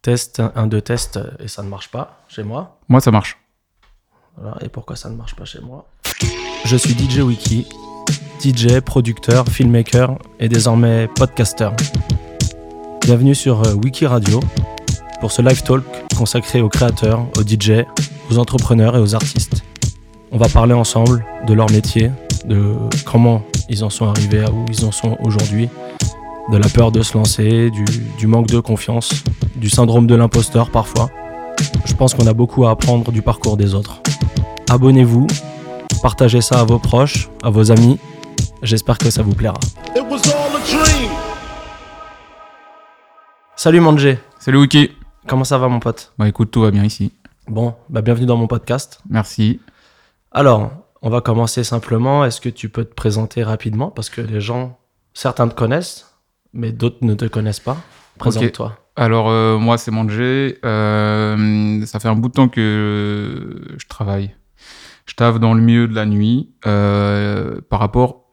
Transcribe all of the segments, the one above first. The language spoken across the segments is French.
Test, un, deux tests, et ça ne marche pas chez moi. Moi, ça marche. Voilà, et pourquoi ça ne marche pas chez moi Je suis DJ Wiki, DJ, producteur, filmmaker et désormais podcaster. Bienvenue sur euh, Wiki Radio pour ce live talk consacré aux créateurs, aux DJ, aux entrepreneurs et aux artistes. On va parler ensemble de leur métier, de comment ils en sont arrivés à où ils en sont aujourd'hui, de la peur de se lancer, du, du manque de confiance, du syndrome de l'imposteur parfois. Je pense qu'on a beaucoup à apprendre du parcours des autres. Abonnez-vous, partagez ça à vos proches, à vos amis. J'espère que ça vous plaira. It was all a dream. Salut Manjé, Salut Wiki. comment ça va mon pote Bah écoute, tout va bien ici. Bon, bah bienvenue dans mon podcast. Merci. Alors, on va commencer simplement. Est-ce que tu peux te présenter rapidement Parce que les gens, certains te connaissent, mais d'autres ne te connaissent pas. Présente-toi. Alors euh, moi, c'est Manjé. Euh, ça fait un bout de temps que je travaille. Je taffe dans le milieu de la nuit euh, par rapport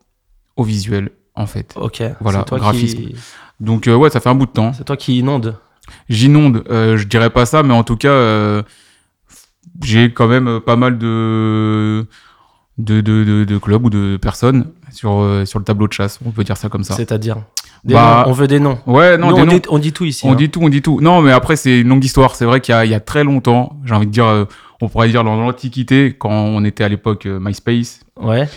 au visuel, en fait. Ok, Voilà, c'est toi, graphisme. qui... Donc euh, ouais, ça fait un bout de temps. c'est toi qui inonde. J'inonde, euh, je dirais pas ça, mais en tout cas, euh, j'ai quand même euh, pas mal de, de, de, de- de clubs ou de personnes sur, euh, sur le tableau de chasse. On peut dire ça comme ça. C'est-à-dire Des Bah, noms, On veut des noms. Ouais, non, Nous, des on, noms. Dit, on dit tout ici. on hein. dit tout, on dit tout. Non, mais après, c'est une longue histoire. C'est vrai qu'il y, a- il y a très longtemps, j'ai envie de dire, euh, on pourrait dire dans l'Antiquité, quand on était à l'époque euh, MySpace, Ouais.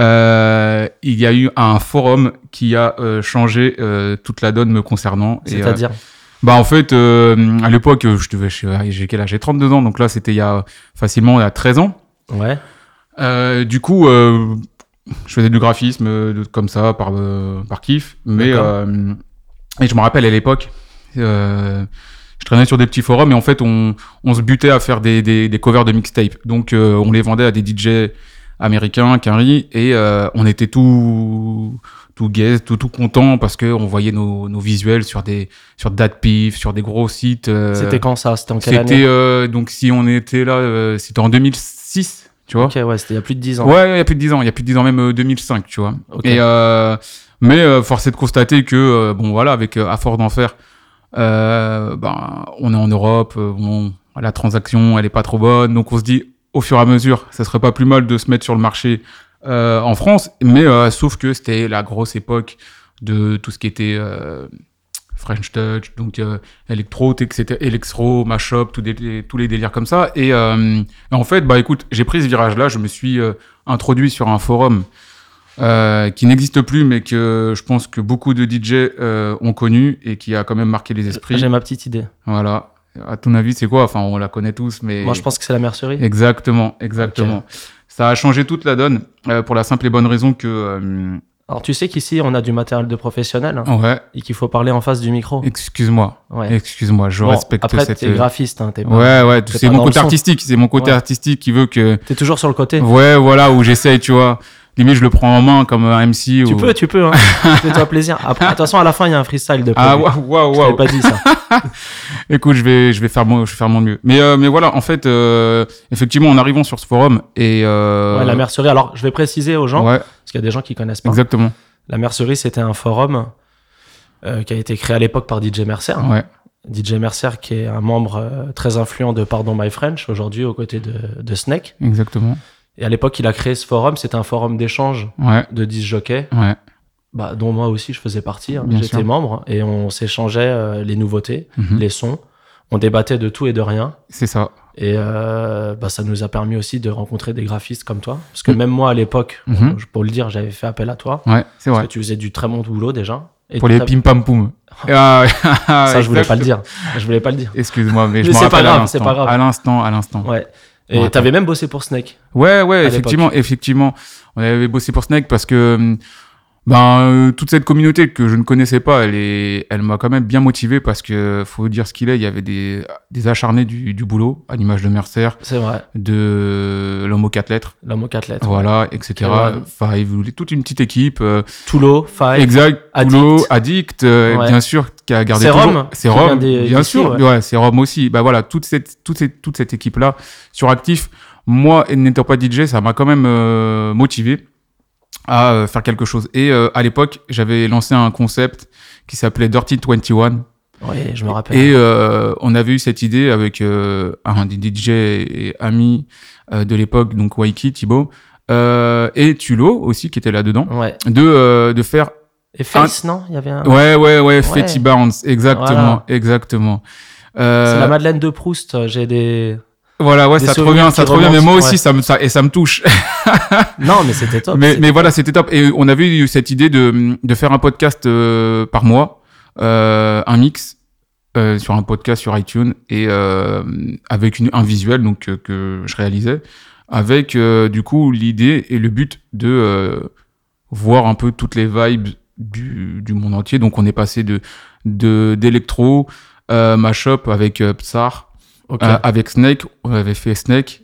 euh, il y a eu un forum qui a euh, changé euh, toute la donne me concernant. Et, euh, C'est-à-dire bah en fait, euh, à l'époque, euh, je devais, je sais- j'ai quel âge J'ai 32 ans, donc là c'était il y a facilement il y a 13 ans. Ouais. Euh, du coup, euh, je faisais du graphisme euh, de- comme ça par euh, par kiff, mais D'accord. euh, et je me rappelle à l'époque, euh, je traînais sur des petits forums et en fait on, on se butait à faire des, des, des covers de mixtape. Donc euh, on les vendait à des DJ américains, Quinry, et euh, on était tout tout gaze, tout tout content parce que on voyait nos, nos visuels sur des sur Datpif, sur des gros sites. euh, C'était quand ça C'était en quelle année c'était euh, donc si on était là, euh, c'était en 2006, tu vois. Ok, ouais, c'était il y a plus de 10 ans. Ouais, il y a plus de 10 ans, il y a plus de 10 ans, même euh, 2005, tu vois. Ok. Et euh, mais euh, force est de constater que euh, bon voilà, avec euh, à fort d'en faire, euh, ben, on est en Europe, euh, bon, la transaction elle est pas trop bonne, donc on se dit au fur et à mesure, ça serait pas plus mal de se mettre sur le marché euh, en France, mais euh, sauf que c'était la grosse époque de tout ce qui était euh, French Touch, donc euh, Electro, etc., Electro, Mashup, tous des- tous les délires comme ça. Et euh, en fait, bah écoute, j'ai pris ce virage-là, je me suis euh, introduit sur un forum euh, qui n'existe plus, mais que je pense que beaucoup de DJ euh, ont connu et qui a quand même marqué les esprits. J'ai ma petite idée. Voilà. À ton avis, c'est quoi Enfin, on la connaît tous, mais Moi, je pense que c'est la mercerie. exactement, exactement. Ça a changé toute la donne euh, pour la simple et bonne raison que euh, Alors, tu sais qu'ici, on a du matériel de professionnel hein, ouais. et qu'il faut parler en face du micro. Excuse-moi, Ouais. excuse-moi, je Bon, respecte après, cette. euh, t'es graphiste, hein, t'es pas- ouais, ouais, c'est c'est pas mon dans côté le son. artistique, c'est mon côté Ouais. artistique qui veut que. T'es toujours sur le côté. Ouais, voilà, où j'essaye, tu vois. Limite, je le prends en main comme un MC. Tu ou... peux, tu peux. Hein. Fais-toi plaisir. Après, de toute façon, à la fin, il y a un freestyle de Ah, prévu. waouh, waouh, Je t'avais waouh. pas dit ça. Écoute, je vais, je vais faire mon, je vais faire mon mieux. Mais, euh, mais voilà, en fait, euh, effectivement, en arrivant sur ce forum et. Euh, Ouais, la mercerie. Alors, je vais préciser aux gens, Ouais, parce qu'il y a des gens qui connaissent pas. exactement. La mercerie, c'était un forum euh, qui a été créé à l'époque par DJ Mercer. Ouais, DJ Mercer, qui est un membre euh, très influent de Pardon My French, aujourd'hui aux côtés de, de Snake. exactement. Et à l'époque, il a créé ce forum. C'était un forum d'échange Ouais, de disc jockeys, ouais, bah, dont moi aussi je faisais partie. hein. Bien J'étais sûr. membre et on s'échangeait euh, les nouveautés, mhm, les sons. On débattait de tout et de rien. c'est ça. Et euh, bah, ça nous a permis aussi de rencontrer des graphistes comme toi. Parce que Mm. même moi, à l'époque, Mhm. je- pour le dire, j'avais fait appel à toi. Ouais, c'est Parce vrai. que tu faisais du très bon boulot déjà. Et Pour les t'as- pim pam poum. Ah, Ça, je voulais pas le exact. dire. Je voulais pas le dire. Excuse-moi, mais Mais je me c'est pas rappelle à grave, c'est l'instant. pas grave. À l'instant, à l'instant. Ouais. On Et rappelle. t'avais même bossé pour Snake. Ouais, ouais, à effectivement, effectivement. On avait bossé pour Snake parce que hum, ben euh, toute cette communauté que je ne connaissais pas, elle est, elle m'a quand même bien motivé parce que faut dire ce qu'il est, il y avait des, des acharnés du, du boulot, à l'image de Mercer, C'est vrai. de l'homme aux quatre lettres, L'homme aux quatre lettres. voilà, etc. Kevin. Enfin, il voulait toute une petite équipe, euh, Toulo, Five. exact, Addict. boulot, addict, euh, Ouais. bien sûr, qui a gardé C'est toujours- Rome, c'est qui vient Rome, des- bien d'ici, sûr, ouais. ouais, c'est Rome aussi. Bah voilà, toute cette, toute cette, toute cette équipe là sur Actif, moi n'étant pas DJ, ça m'a quand même euh, motivé à euh, faire quelque chose. Et euh, à l'époque, j'avais lancé un concept qui s'appelait Dirty 21 Oui, je me rappelle. Et euh, on avait eu cette idée avec euh, un des DJ et amis euh, de l'époque, donc Waiki, Thibaut, euh, et Tulo aussi qui était là-dedans, ouais. de, euh, de faire... Et Face, non Il y avait un. Ouais, ouais, ouais, Fetty Bounce, exactement, Voilà. exactement. C'est Euh, la Madeleine de Proust. euh, J'ai des. voilà, ouais, des ça te souvenirs revient, qui ça te revient, mais moi remontent, ouais. aussi, ça me, ça, et ça me touche. Non, mais c'était top. mais, c'était mais top. voilà, c'était top. Et on avait eu cette idée de, de faire un podcast euh, par mois, euh, un mix euh, sur un podcast sur iTunes et euh, avec une, un visuel donc euh, que je réalisais, avec euh, du coup l'idée et le but de euh, voir un peu toutes les vibes du, du monde entier. Donc on est passé de de- d'électro, euh, mashup avec euh, Psar, Ok. euh, avec Snake, on avait fait Snake.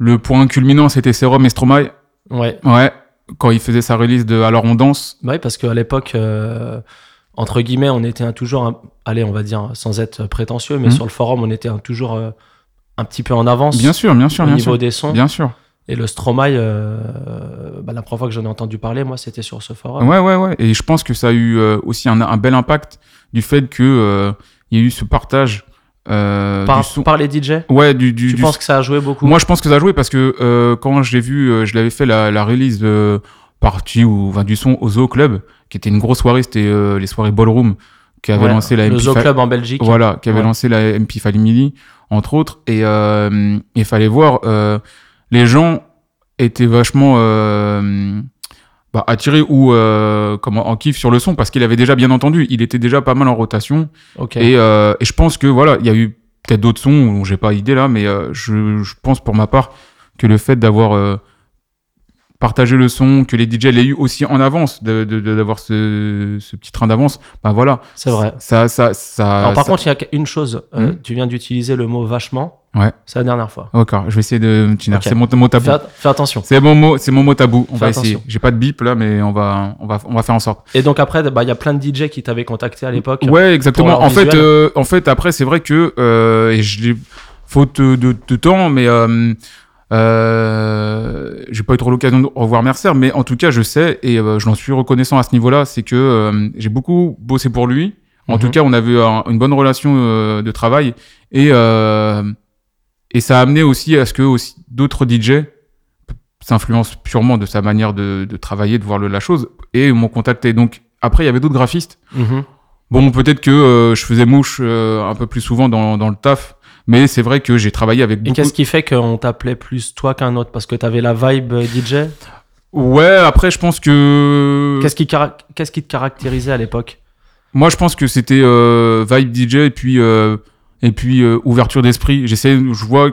Le point culminant c'était Serum et Stromae. Ouais. Ouais, quand il faisait sa release de Alors on danse. Ouais, parce qu'à l'époque, euh, entre guillemets, on était un toujours, un- allez, on va dire, sans être prétentieux, mais Mhm. sur le forum, on était un toujours euh, un petit peu en avance Bien sûr, bien sûr, au bien niveau sûr. des sons. Bien sûr. Et le Stromae, euh, bah, la première fois que j'en ai entendu parler, moi, c'était sur ce forum. Ouais, ouais, ouais. Et je pense que ça a eu euh, aussi un, un bel impact du fait que euh, il y a eu ce partage euh, par, du son. par les DJ Ouais, du, du, Tu du- penses que ça a joué beaucoup Moi, je pense que ça a joué parce que euh, quand j'ai vu, euh, je l'avais fait la, la release de partie ou enfin, du son au Zoo Club, qui était une grosse soirée, c'était euh, les soirées Ballroom qui avait Ouais, lancé la Le MP5. Zoo Club en Belgique. Voilà, qui avait Ouais. lancé la MP Falimili, entre autres. Et euh, il fallait voir, euh, les gens étaient vachement euh, bah, attirés ou euh, comment, en kiff sur le son parce qu'il avait déjà bien entendu. Il était déjà pas mal en rotation. Ok. Et, euh, et je pense que voilà, il y a eu peut-être d'autres sons où j'ai pas idée là, mais euh, je, je pense pour ma part que le fait d'avoir euh, partagé le son, que les DJ l'aient eu aussi en avance, de- de- de- d'avoir ce, ce petit train d'avance, bah voilà. C'est vrai. Ça, ça, ça. Alors, par ça- contre, il y a une chose. euh, Mhm. Tu viens d'utiliser le mot vachement. Ouais. Ah C'est la dernière fois. D'accord, je vais essayer de. Tiner. Ok. C'est mon mot tabou. Fais, att- fais attention. C'est mon mot, c'est mon mot tabou. On Fais va essayer. attention. J'ai pas de bip là, mais on va, on va, on va faire en sorte. Et donc, après, bah, il y a plein de DJ qui t'avaient contacté à l'époque. Ouais, exactement. leur En fait, visuel. euh, en fait, après, c'est vrai que euh, et je l'ai faute de, de temps, mais euh, euh, j'ai pas eu trop l'occasion de revoir Mercer, mais en tout cas, je sais et euh, je l'en suis reconnaissant à ce niveau-là, c'est que euh, j'ai beaucoup bossé pour lui. En Mhm. tout cas, on avait un- une bonne relation euh, de travail et euh, et ça a amené aussi à ce que aussi d'autres DJ s'influencent purement de sa manière de, de travailler, de voir le- la chose et m'ont contacté. Donc après, il y avait d'autres graphistes. Mhm. Bon, peut-être que euh, je faisais mouche euh, un peu plus souvent dans, dans le taf, mais c'est vrai que j'ai travaillé avec Et beaucoup. qu'est-ce qui fait qu'on t'appelait plus toi qu'un autre Parce que t'avais la vibe euh, DJ Ouais, après, je pense que Qu'est-ce qui, cara- qu'est-ce qui te caractérisait à l'époque moi, je pense que c'était euh, vibe DJ et puis euh, et puis euh, ouverture d'esprit. J'essaie, je vois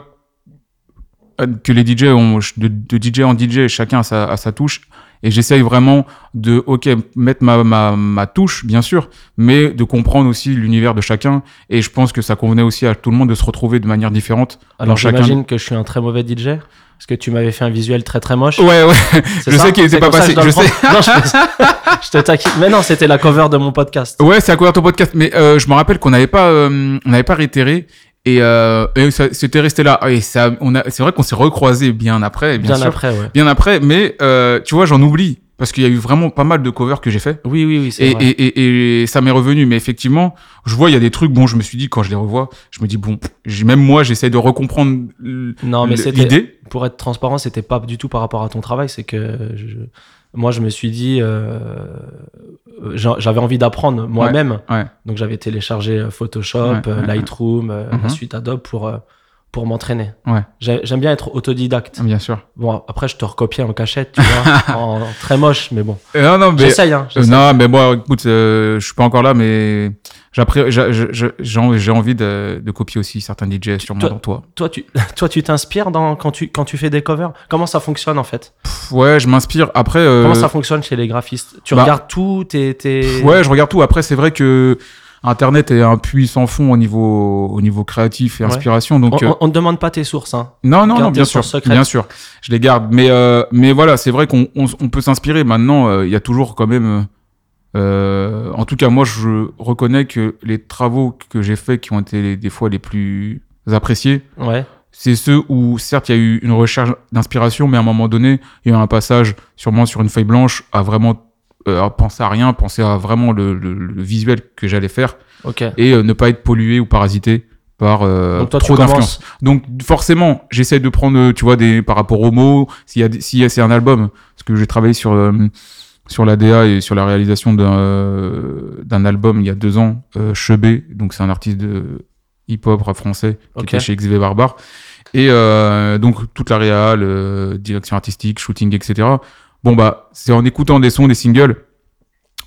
que les DJ ont de, de DJ en DJ, chacun a sa, a sa touche. Et j'essaye vraiment de, ok, mettre ma, ma, ma touche, bien sûr, mais de comprendre aussi l'univers de chacun. Et je pense que ça convenait aussi à tout le monde de se retrouver de manière différente. Alors Dans chacun- j'imagine que je suis un très mauvais DJ Parce que tu m'avais fait un visuel très très moche. Ouais, ouais. C'est je ça sais qu'il était C'est pas pour ça que dois passé, je le prendre. Non, je, fais- je te taquine. Mais non, c'était la cover de mon podcast. Ouais, c'est à couvert ton podcast, mais euh, je me rappelle qu'on n'avait pas, euh, on n'avait pas réitéré et, euh, et ça- c'était resté là. Et ça, on a, c'est vrai qu'on s'est recroisé bien après, bien, Bien, sûr, après, ouais. bien après. Mais euh, tu vois, j'en oublie parce qu'il y a eu vraiment pas mal de covers que j'ai fait. Oui, oui, oui, c'est Et, vrai. et, et, et ça m'est revenu, mais effectivement, je vois, il y a des trucs, bon, je me suis dit, quand je les revois, je me dis, bon, pff, j'ai- même moi, j'essaie de recomprendre l- Non, mais l- c'était- l'idée. pour être transparent, c'était pas du tout par rapport à ton travail. C'est que je- moi, je me suis dit, euh, j'a- j'avais envie d'apprendre moi-même. ouais. Donc, j'avais téléchargé euh, Photoshop, Ouais, euh, ouais, Lightroom, euh, la Mhm. suite Adobe pour, euh, pour m'entraîner. Ouais. Mm. J'ai- J'aime Ah, bien être autodidacte. Bien sûr. Bon, après, je te recopiais en cachette, tu vois, en, en très moche, mais bon. Euh, non, non, mais J'essaye, hein. Euh, j'essaye. non, mais moi, écoute, euh, je suis pas encore là, mais j'appré- j'a- j'a- j'a- j'ai envie- j'ai envie de, de copier aussi certains DJ sur toi- mon toi. Toi, tu toi, tu t'inspires dans quand tu quand tu fais des covers. Comment ça fonctionne en fait Pff, ouais, je m'inspire. Après, euh, Comment ça fonctionne chez les graphistes Tu bah, regardes tout, t'es t'es- pff, ouais, je regarde tout. Après, c'est vrai que Internet est un puits sans fond au niveau, au niveau créatif et Ouais. inspiration. on, Donc, euh, on- on ne demande pas tes sources, hein. Non, non, Garde non, tes bien sûr, sources secrètes. bien sûr, je les garde. Mais, euh, mais voilà, c'est vrai qu'on on, s- on peut s'inspirer. Maintenant, euh, il y a toujours quand même. euh, en tout cas, moi, je reconnais que les travaux que j'ai faits, qui ont été les- des fois les plus appréciés, Ouais. c'est ceux où, certes, il y a eu une recherche d'inspiration, mais à un moment donné, il y a eu un passage, sûrement sur une feuille blanche, à vraiment euh, penser à rien, penser à vraiment le, le- le visuel que j'allais faire Ok. et euh, ne pas être pollué ou parasité par euh, Donc toi, tu trop d'influence. commences. Donc forcément, j'essaie de prendre, euh, tu vois, des par rapport aux mots, s'il y a, des- s'il y a- c'est un album, parce que j'ai travaillé sur euh, sur la DA et sur la réalisation d'un euh, d'un album il y a deux ans, euh, Chebé, donc c'est un artiste de hip-hop rap français Ok. qui était chez XV Barbar, et euh, donc toute la réal, euh, direction artistique, shooting, etc. Bon bah c'est en écoutant des sons, des singles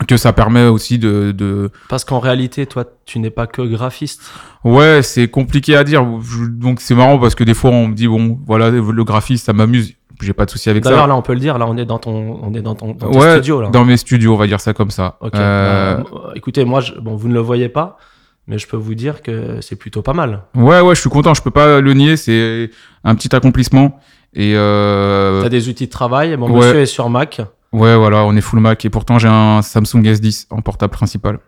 que ça permet aussi de, de Parce qu'en réalité, toi, tu n'es pas que graphiste. Ouais, c'est compliqué à dire. Je- Donc c'est marrant parce que des fois on me dit bon, voilà, le graphiste, ça m'amuse. J'ai pas de souci avec D'ailleurs, ça. là, on peut le dire. Là, on est dans ton, on est dans ton, dans ton ouais, studio là. dans mes studios, on va dire ça comme ça. Ok. Euh, Euh, euh, écoutez, moi, je- bon, vous ne le voyez pas, mais je peux vous dire que c'est plutôt pas mal. Ouais, ouais, je suis content. Je peux pas le nier. C'est un petit accomplissement. Et euh, T'as des outils de travail. Bon, ouais. monsieur est sur Mac. ouais, voilà, on est full Mac. Et pourtant j'ai un Samsung S10 en portable principal.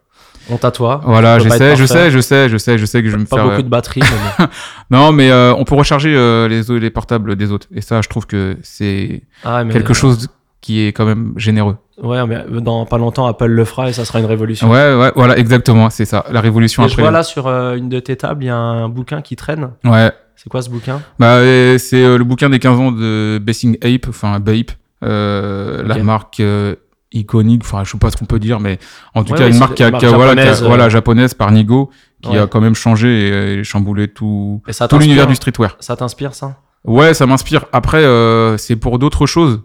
On t'attoie. Voilà, peut je pas sais, être je parfait. sais, je sais, je sais, je sais que je vais me Pas faire. euh, beaucoup de batterie. mais bon. Non, mais euh, on peut recharger euh, les les portables des autres. Et ça, je trouve que c'est Ah, mais- quelque chose qui est quand même généreux. Ouais, mais dans pas longtemps, Apple le fera et ça sera une révolution. Ouais, ouais, voilà, exactement, c'est ça, la révolution Et je après. vois là sur euh, une de tes tables, il y a un bouquin qui traîne. Ouais, C'est quoi ce bouquin bah, euh, c'est euh, le bouquin des 15 ans de Bessing Ape, enfin Bape, euh, la Ok. marque euh, iconique, enfin je sais pas ce qu'on peut dire, mais en tout Ouais, cas ouais, une c'est marque, une qui a- marque qui a- voilà, qui a- japonaise, euh. voilà, japonaise par Nigo, qui Ouais. a quand même changé et, euh, chamboulé tout, Et ça tout l'univers t'inspire du streetwear. Ça t'inspire ça Ouais, ça m'inspire. Après, euh, c'est pour d'autres choses.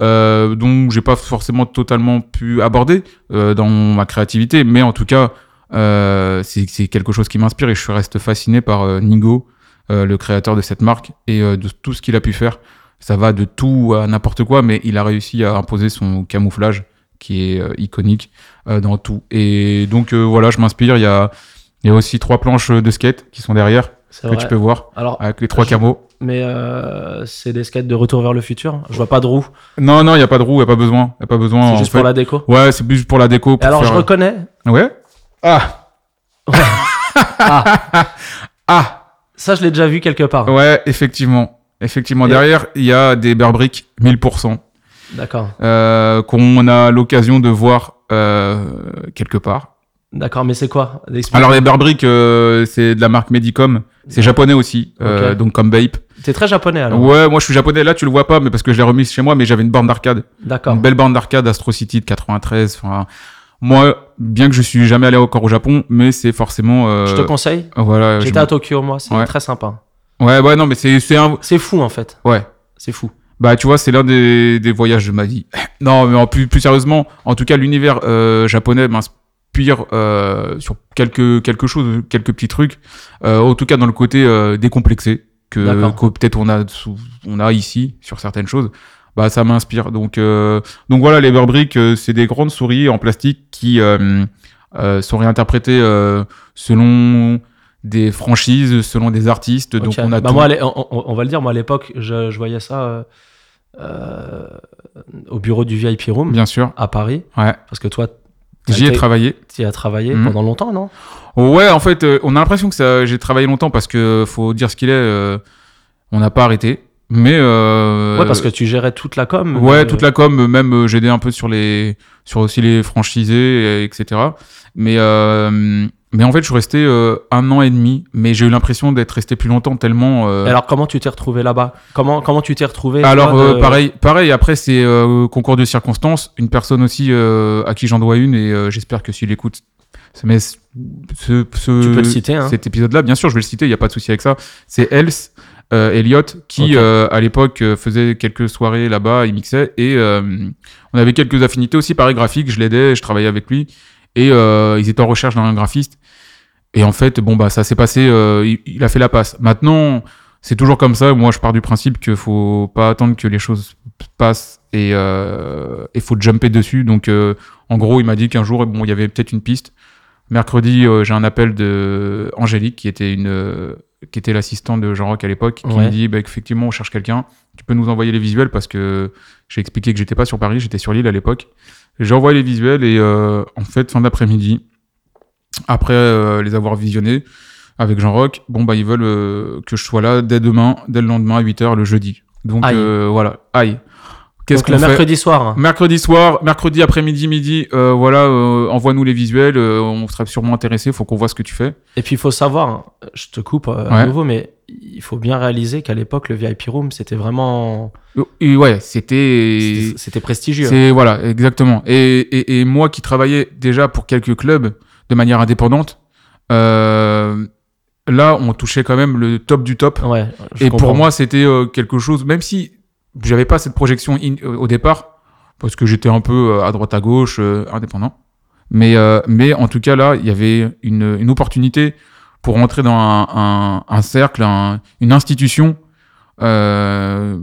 Euh, donc j'ai pas forcément totalement pu aborder euh, dans ma créativité mais en tout cas euh, c'est c'est quelque chose qui m'inspire et je reste fasciné par euh, Nigo euh, le créateur de cette marque et euh, de tout ce qu'il a pu faire ça va de tout à n'importe quoi mais il a réussi à imposer son camouflage qui est euh, iconique euh, dans tout et donc euh, voilà je m'inspire il y a il y a aussi trois planches de skate qui sont derrière C'est que vrai. tu peux voir Alors, avec les trois Je- camos mais euh, c'est des skates de retour vers le futur. Je vois pas de roue. Non, non, il n'y a pas de roue, il a pas besoin. Y a pas besoin. c'est en juste fait. pour la déco. Ouais, c'est plus pour la déco. Et Pour alors, je faire- reconnais. Ouais. Ah. ah. Ça, je l'ai déjà vu quelque part. Ouais, effectivement. Effectivement. Et- Derrière, il y a des Burbrick 1000%, D'accord. euh, qu'on a l'occasion de voir euh, quelque part. D'accord, mais c'est quoi Explique. Alors, les Burbrick, euh, c'est de la marque Medicom. C'est japonais aussi, euh, Ok. donc comme Bape. T'es très japonais alors. Ouais, moi je suis japonais. Là, tu le vois pas, mais parce que je l'ai remise chez moi, mais j'avais une borne d'arcade. D'accord. Une belle bande d'arcade Astro City de 93. Enfin, moi, bien que je suis jamais allé encore au Japon, mais c'est forcément. euh, Je te conseille. Voilà. je J'étais à Tokyo, moi. C'est Ouais. très sympa. me- Ouais, ouais, non, mais c'est, c'est un. C'est fou en fait. Ouais. C'est fou. Bah, tu vois, c'est l'un des, des voyages de ma vie. non, mais en plus, plus sérieusement, en tout cas, l'univers euh, japonais m'inspire euh, sur quelque, quelque chose, quelques petits trucs. Euh, en tout cas, dans le côté euh, décomplexé que, D'accord. que peut-être on a, sous- on a ici sur certaines choses. Bah, ça m'inspire. Donc, euh, donc voilà, les Burbrick, euh, c'est des grandes souris en plastique qui euh, euh, sont réinterprétées euh, selon des franchises, selon des artistes. Donc Ok. on a Bah, tout. moi, à l'é- on, on- on va le dire, moi à l'époque, je, je voyais ça euh, euh, au bureau du VIP Room Bien sûr. à Paris. Ouais. Parce que toi, T'as J'y ai été- travaillé. tu as travaillé Mhm. pendant longtemps, non Ouais, en fait, euh, on a l'impression que ça, j'ai travaillé longtemps parce que faut dire ce qu'il est, euh, on n'a pas arrêté. Mais euh, Ouais, parce que tu gérais toute la com. ouais, euh, toute la com, même euh, j'ai aidé un peu sur les, sur aussi les franchisés, euh, etc. Mais euh, mais en fait, je suis resté euh, un an et demi, mais j'ai eu l'impression d'être resté plus longtemps tellement. euh, Et Alors comment tu t'es retrouvé là-bas Comment comment tu t'es retrouvé Alors toi, euh, de- pareil, pareil. Après c'est euh, concours de circonstances. Une personne aussi euh, à qui j'en dois une et euh, j'espère que s'il écoute, ça- mais ce, ce- Tu peux le citer, hein. cet épisode-là, bien sûr, je vais le citer. Il y a pas de souci avec ça. C'est Else euh, Elliot qui Ok. euh, à l'époque euh, faisait quelques soirées là-bas, il mixait et euh, on avait quelques affinités aussi pareil graphique. Je l'aidais, je travaillais avec lui et euh, ils étaient en recherche d'un graphiste. Et en fait, bon bah ça s'est passé. euh, il, il a fait la passe. Maintenant, c'est toujours comme ça. Moi, je pars du principe qu'il faut pas attendre que les choses passent et il faut jumper dessus. Donc, euh, en gros, il m'a dit qu'un jour, bon, il y avait peut-être une piste. Mercredi, euh, j'ai un appel de Angélique, qui était une, euh, qui était l'assistante de Jean Rock à l'époque, qui Ouais. me dit, bah, effectivement, on cherche quelqu'un. Tu peux nous envoyer les visuels parce que j'ai expliqué que j'étais pas sur Paris, j'étais sur l'île à l'époque. J'ai envoyé les visuels et euh, en fait, fin d'après-midi, après euh, les avoir visionnés avec Jean Rock, bon, bah, ils veulent euh, que je sois là dès demain, dès le lendemain à 8h le jeudi. Donc Aïe. euh, voilà, aïe. Qu'est-ce Donc le qu'on fait mercredi soir. hein. Mercredi soir, mercredi après-midi, midi, euh, voilà, euh, envoie-nous les visuels, euh, on serait sûrement intéressé, faut qu'on voit ce que tu fais. Et puis il faut savoir, hein, je te coupe euh, à Ouais. nouveau, mais il faut bien réaliser qu'à l'époque, le VIP Room, c'était vraiment. Euh, Et ouais, c'était... c'était- C'était prestigieux. C'est voilà, exactement. Et, et, et moi qui travaillais déjà pour quelques clubs de manière indépendante, euh, là on touchait quand même le top du top. Ouais, je et comprends. pour moi c'était euh, quelque chose, même si j'avais pas cette projection in- euh, au départ, parce que j'étais un peu euh, à droite à gauche, euh, indépendant. Mais, euh, mais en tout cas là, il y avait une, une opportunité pour rentrer dans un, un- un cercle, un- une institution. euh,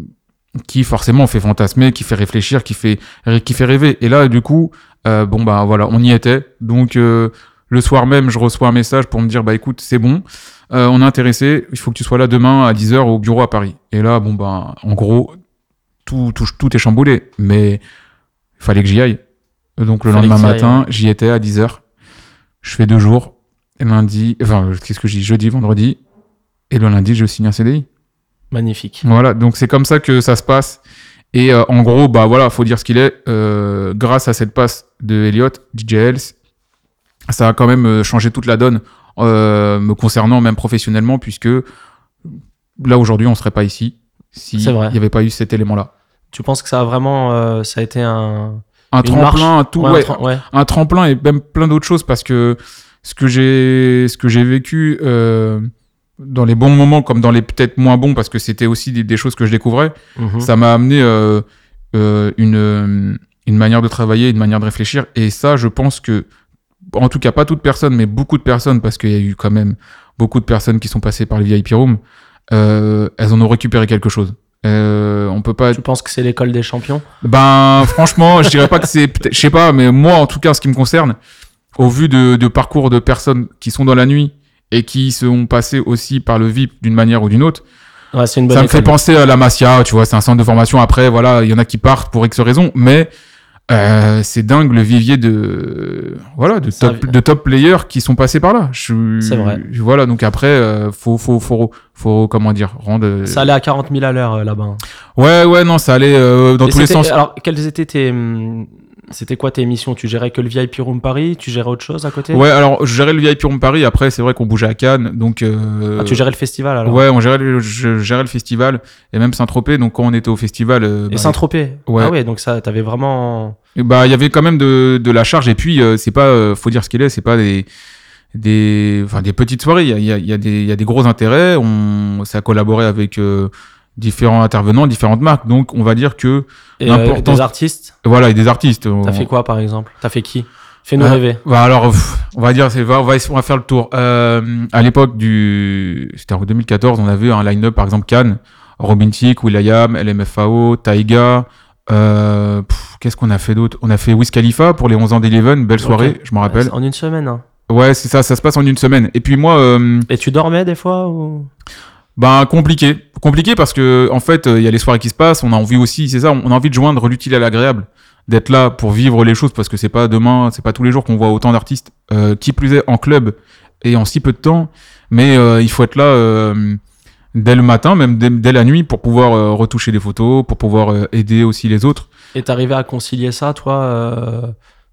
qui forcément fait fantasmer, qui fait réfléchir, qui fait qui fait rêver. Et là, du coup, euh, bon bah voilà, on y était. Donc euh, le soir même, je reçois un message pour me dire bah écoute, c'est bon, euh, on est intéressé, il faut que tu sois là demain à 10h au bureau à Paris. Et là, bon bah en gros, tout tout, tout est chamboulé, mais il fallait que j'y aille. Donc le Fallait que lendemain t'y ailles, matin, j'y étais à 10h. Je fais deux jours, Et lundi, enfin qu'est-ce que je dis, jeudi, vendredi, et le lundi, je signe un CDI. Magnifique. Voilà, donc c'est comme ça que ça se passe. Et euh, en gros, bah voilà, faut dire ce qu'il est. euh, grâce à cette passe de Elliott, DJ Hells, ça a quand même euh, changé toute la donne euh, me concernant, même professionnellement, puisque là aujourd'hui, on serait pas ici s'il C'est vrai. n'y avait pas eu cet élément-là. Tu penses que ça a vraiment. euh, ça a été un. Un Une marche. tremplin, un tout, ouais, un ouais, tra- ouais. un tremplin et même plein d'autres choses parce que ce que j'ai ce que j'ai vécu euh, dans les bons moments comme dans les peut-être moins bons parce que c'était aussi des- des choses que je découvrais. Mhm. ça m'a amené euh, euh, une, euh, une manière de travailler, une manière de réfléchir. Et ça, je pense que, en tout cas, pas toute personne, mais beaucoup de personnes, parce qu'il y a eu quand même beaucoup de personnes qui sont passées par le VIP Room, euh, elles en ont récupéré quelque chose. Euh, on peut pas Tu penses que c'est l'école des champions ben, franchement, je dirais pas que c'est, peut-être- je sais pas, mais moi, en tout cas, en ce qui me concerne, au vu de, de parcours de personnes qui sont dans la nuit et qui sont passées aussi par le VIP d'une manière ou d'une autre, Ouais, c'est une bonne ça me école. fait penser à la Masia, tu vois, c'est un centre de formation. Après, voilà, il y en a qui partent pour X raisons, mais euh, c'est dingue le vivier de voilà de C'est top, un- de top players qui sont passés par là. Je- C'est vrai. Voilà, donc après, euh, faut, faut faut faut comment dire rendre. euh, Ça allait à 40 000 à l'heure euh, là-bas. Ouais ouais non, ça allait euh, dans Et tous les c'était- sens. Alors, quelles étaient tes. hum, C'était quoi tes missions Tu gérais que le VIP Room Paris Tu gérais autre chose à côté Ouais, alors je gérais le VIP Room Paris. Après, c'est vrai qu'on bougeait à Cannes, donc. euh, Ah, tu gérais le festival alors Ouais, on gérait le, je gérais le festival et même Saint-Tropez. Donc quand on était au festival, euh, Et bah, Saint-Tropez Ouais. Ah ouais, donc ça, t'avais vraiment. Et Bah, il y avait quand même de, de la charge. Et puis, euh, c'est pas, euh, faut dire ce qu'il est, c'est pas des, des, enfin, des petites soirées. Il y a, il y, a, il y, a des- il y a des gros intérêts. On, ça a collaboré avec euh, différents intervenants, différentes marques. Donc, on va dire que, Et euh, L'importance- des artistes voilà, et des artistes. T'as fait quoi par exemple T'as fait qui Fais-nous Ah. rêver. Bah alors, pff, on va dire, c'est, va- on va, on va faire le tour. Euh, à l'époque du, c'était en 2014, on avait un line-up, par exemple, Cannes, Robin Tick, Will.i.am, LMFAO, Taiga, euh, pff, qu'est-ce qu'on a fait d'autre? On a fait Wiz Khalifa pour les 11 ans d'Eleven, belle soirée, je m'en rappelle. En une semaine. hein. Ouais, c'est ça, ça se passe en une semaine. Et puis moi, euh, Et tu dormais des fois ou... ben, compliqué. Compliqué parce que, en fait, euh, il y a les soirées qui se passent, on a envie aussi, c'est ça, on a envie de joindre l'utile à l'agréable, d'être là pour vivre les choses parce que c'est pas demain, c'est pas tous les jours qu'on voit autant d'artistes, euh, qui plus est en club et en si peu de temps, mais euh, il faut être là euh, dès le matin, même dès, dès la nuit pour pouvoir euh, retoucher des photos, pour pouvoir euh, aider aussi les autres. Et t'arrivais à concilier ça, toi euh,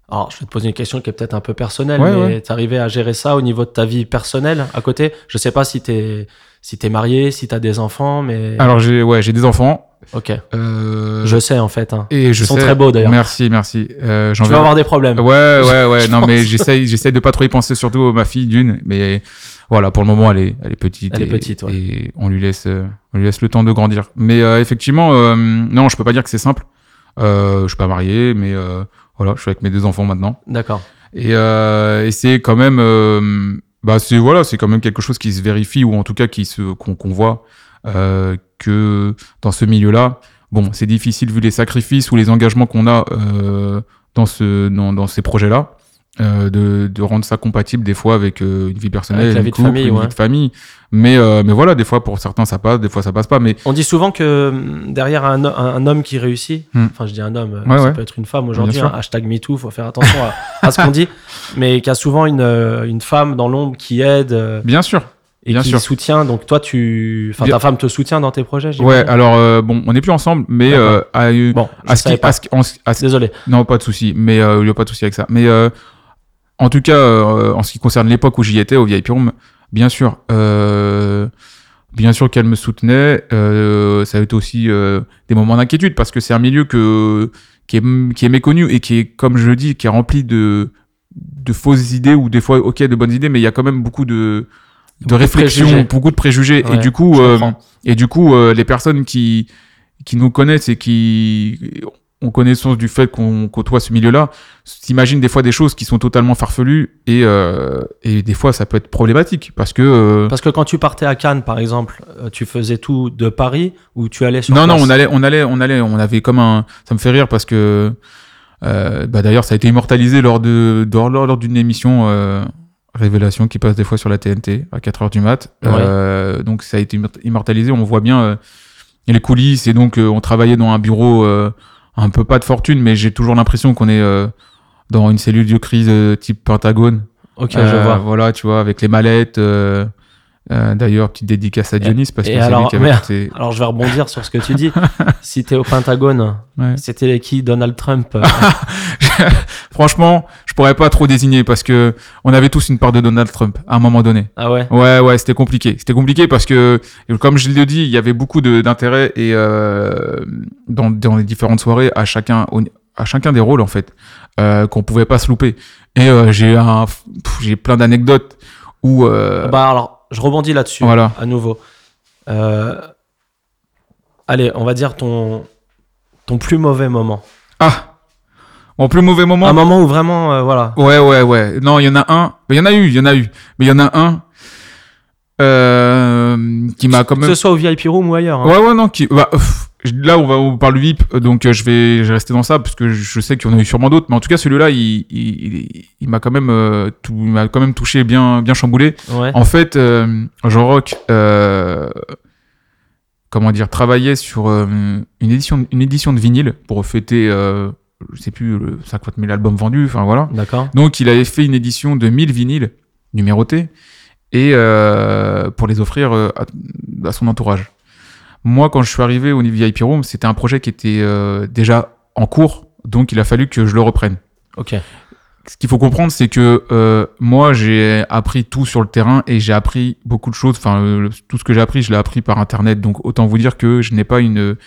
Alors, je vais te poser une question qui est peut-être un peu personnelle, Ouais, mais ouais. t'arrivais à gérer ça au niveau de ta vie personnelle à côté Je sais pas si t'es si t'es marié, si t'as des enfants, mais Alors, j'ai, ouais, j'ai des enfants, ok. Ah. euh, Je sais en fait. Hein. et je Ils sont sais- très beaux d'ailleurs. Merci, merci. Euh, j'en Tu vas verrai- avoir des problèmes. Ouais, ouais, ouais. je non, mais pense. j'essaye, j'essaye de pas trop y penser, surtout à ma fille d'une. Mais voilà, pour le moment, elle est, elle est petite. Elle est et, petite, ouais. Et on lui laisse, euh, on lui laisse le temps de grandir. Mais euh, effectivement, euh, non, je peux pas dire que c'est simple. Euh, je suis pas marié, mais euh, voilà, je suis avec mes deux enfants maintenant. D'accord. Et, euh, et c'est quand même, euh, bah c'est voilà, c'est quand même quelque chose qui se vérifie ou en tout cas qui se qu'on qu'on voit euh, que dans ce milieu-là, bon, c'est difficile vu les sacrifices ou les engagements qu'on a euh, dans ce dans, dans ces projets-là. euh, de, de rendre ça compatible des fois avec euh, une vie Avec personnelle, la une vie de couple, famille, une ouais. vie de famille. Mais euh, mais voilà, des fois pour certains ça passe, des fois ça passe pas. Mais On dit souvent que hum, derrière un, ho- un- un homme qui réussit, Hmm. enfin je dis un homme, euh, Ouais, ça ouais. peut être une femme aujourd'hui, Bien sûr. hein, hashtag MeToo, faut faire attention à, à ce qu'on dit, mais qu'il y a souvent une, euh, une femme dans l'ombre qui aide euh, bien sûr, et Bien qui sûr. soutient. Donc toi, tu, enfin, Bien- ta femme te soutient dans tes projets. j'imagine Ouais, alors euh, bon, on n'est plus ensemble, mais D'accord. euh, à, euh, Bon, je à ce qui- savais pas. à ce qui- en ce- à ce- Désolé. non, pas de souci, mais euh, il n'y a pas de souci avec ça. Mais euh, en tout cas, euh, en ce qui concerne l'époque où j'y étais, au VIP Room, bien sûr, euh, bien sûr qu'elle me soutenait. euh, ça a été aussi euh, des moments d'inquiétude parce que c'est un milieu que qui est, qui est méconnu et qui est, comme je le dis, qui est rempli de de fausses idées ou des fois, ok, de bonnes idées, mais il y a quand même beaucoup de de réflexions, préjugés. beaucoup de préjugés et Ouais, du coup, je euh, comprends. et du coup, euh, les personnes qui qui nous connaissent et qui ont connaissance du fait qu'on côtoie ce milieu-là, s'imaginent des fois des choses qui sont totalement farfelues et, euh, et des fois ça peut être problématique parce que euh, Parce que quand tu partais à Cannes, par exemple, euh, tu faisais tout de Paris ou tu allais sur non non place on allait on allait on allait on avait comme un ça me fait rire parce que euh, bah d'ailleurs ça a été immortalisé lors de lors, lors- lors d'une émission euh, révélation qui passe des fois sur la TNT à 4 heures du mat Ouais. Euh, donc ça a été immort- immortalisé on voit bien euh, les coulisses et donc euh, on travaillait dans un bureau euh, un peu pas de fortune mais j'ai toujours l'impression qu'on est euh, dans une cellule de crise euh, type Pentagone Ok, Euh, je vois. voilà tu vois avec les mallettes euh, euh, d'ailleurs petite dédicace à Dionys parce et que c'est lui alors- qui avait merde. toutes ces- Alors je vais rebondir sur ce que tu dis. si t'es au Pentagone, Ouais. c'était qui Donald Trump euh, Franchement, je pourrais pas trop désigner parce que on avait tous une part de Donald Trump à un moment donné. Ah ouais Ouais, ouais, c'était compliqué. C'était compliqué parce que, comme je l'ai dit, il y avait beaucoup de- d'intérêt et euh, dans, dans les différentes soirées à chacun au- à chacun des rôles en fait euh, qu'on pouvait pas se louper. Et euh, j'ai un pff, j'ai plein d'anecdotes où euh, Bah alors, je rebondis là-dessus. voilà. à nouveau. Euh, allez, on va dire ton, ton plus mauvais moment. Ah, mon plus mauvais moment. Un moment où vraiment, euh, voilà. Ouais, ouais, ouais. Non, il y en a un. Mais Il y en a eu, il y en a eu. Mais il y en a un euh, qui m'a quand Que même. ce soit au VIP Room ou ailleurs. hein. Ouais, ouais, non. Qui, bah, pff, je- là, on, va, on parle du VIP, euh, donc euh, je, vais, je vais rester dans ça, parce que je- je sais qu'il y en a eu sûrement d'autres. Mais en tout cas, celui-là, il, il, il, il m'a quand, même, euh, tout- il m'a quand même touché, bien, bien chamboulé. Ouais. En fait, euh, Jean Rock, euh, comment dire, travaillait sur euh, une, édition, une édition de vinyle pour fêter, euh, je sais plus, le 50 000 albums vendus, enfin voilà. D'accord. Donc, il avait fait une édition de 1000 vinyles numérotés et euh, pour les offrir euh, à, à son entourage. Moi, quand je suis arrivé au VIP Room, c'était un projet qui était euh, déjà en cours, donc il a fallu que je le reprenne. Ok. Ce qu'il faut comprendre, c'est que euh, moi, j'ai appris tout sur le terrain et j'ai appris beaucoup de choses. Enfin, euh, tout ce que j'ai appris, je l'ai appris par Internet. Donc, autant vous dire que je n'ai pas une...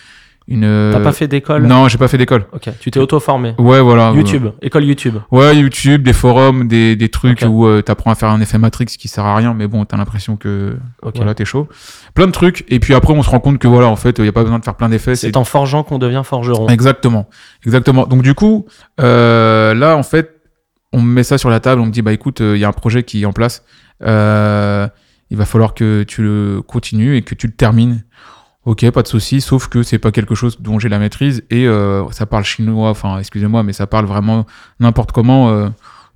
une T'as pas fait d'école Euh, Non, j'ai pas fait d'école. Ok. Tu t'es auto-formé. Ouais, voilà. YouTube. École YouTube. Ouais, YouTube, des forums, des, des trucs Ok. où euh, t'apprends à faire un effet Matrix qui sert à rien, mais bon, t'as l'impression que Ok. voilà, t'es chaud. Plein de trucs, et puis après, on se rend compte que voilà, en fait, il n'y a pas besoin de faire plein d'effets. C'est en forgeant qu'on devient forgeron. Exactement, exactement. Donc du coup, euh, là, en fait, on me met ça sur la table, on me dit, bah écoute, euh, il y a un projet qui est en place, euh, il va falloir que tu le continues et que tu le termines. Ok, pas de souci, sauf que c'est pas quelque chose dont j'ai la maîtrise et euh, ça parle chinois, enfin, excusez-moi, mais ça parle vraiment n'importe comment. euh,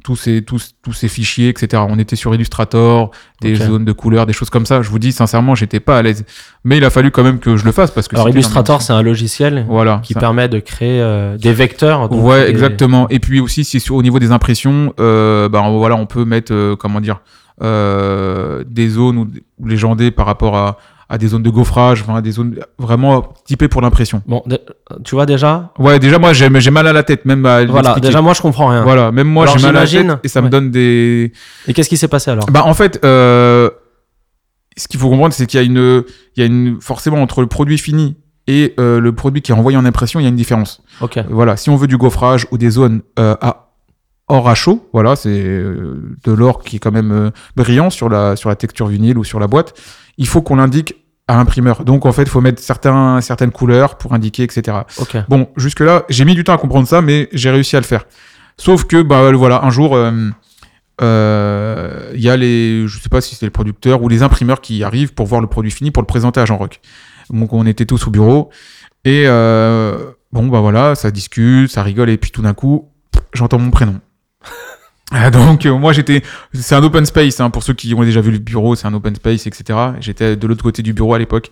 tous ces, tous, tous ces fichiers, etc. On était sur Illustrator, des Ok. zones de couleurs, des choses comme ça. Je vous dis sincèrement, j'étais pas à l'aise. Mais il a fallu quand même que je le fasse parce que Alors c'était dans mes Illustrator, missions. c'est un logiciel voilà, qui ça- permet de créer euh, des vecteurs. donc ouais, des- exactement. Et puis aussi, si sur- au niveau des impressions, euh, ben, voilà, on peut mettre, euh, comment dire, euh, des zones ou- ou légendées par rapport à, à des zones de gaufrage, enfin, à des zones vraiment typées pour l'impression. Bon, dé- tu vois déjà. Ouais, déjà, moi, j'ai j'ai mal à la tête, même à Voilà. l'expliquer. Déjà, moi, je comprends rien. Voilà, même moi, Alors, j'ai mal à la tête j'imagine- et ça me ouais. donne des, Et qu'est-ce qui s'est passé alors bah, en fait, euh, ce qu'il faut comprendre, c'est qu'il y a une, il y a une, forcément, entre le produit fini et euh, le produit qui est envoyé en impression, il y a une différence. Ok. Voilà, si on veut du gaufrage ou des zones euh, à or à chaud, voilà, c'est euh, de l'or qui est quand même euh, brillant sur la, sur la texture vinyle ou sur la boîte, il faut qu'on l'indique à l'imprimeur. Donc, en fait, il faut mettre certains, certaines couleurs pour indiquer, etc. Ok. Bon, jusque-là, j'ai mis du temps à comprendre ça, mais j'ai réussi à le faire. Sauf que, bah voilà, un jour, euh, euh, il y a les, je sais pas si c'est le producteur ou les imprimeurs qui arrivent pour voir le produit fini, pour le présenter à Jean Rock. Donc on était tous au bureau et euh, bon bah voilà, ça discute, ça rigole et puis tout d'un coup, j'entends mon prénom. Ah, Donc euh, moi j'étais, c'est un open space hein, pour ceux qui ont déjà vu le bureau, c'est un open space etc. J'étais de l'autre côté du bureau à l'époque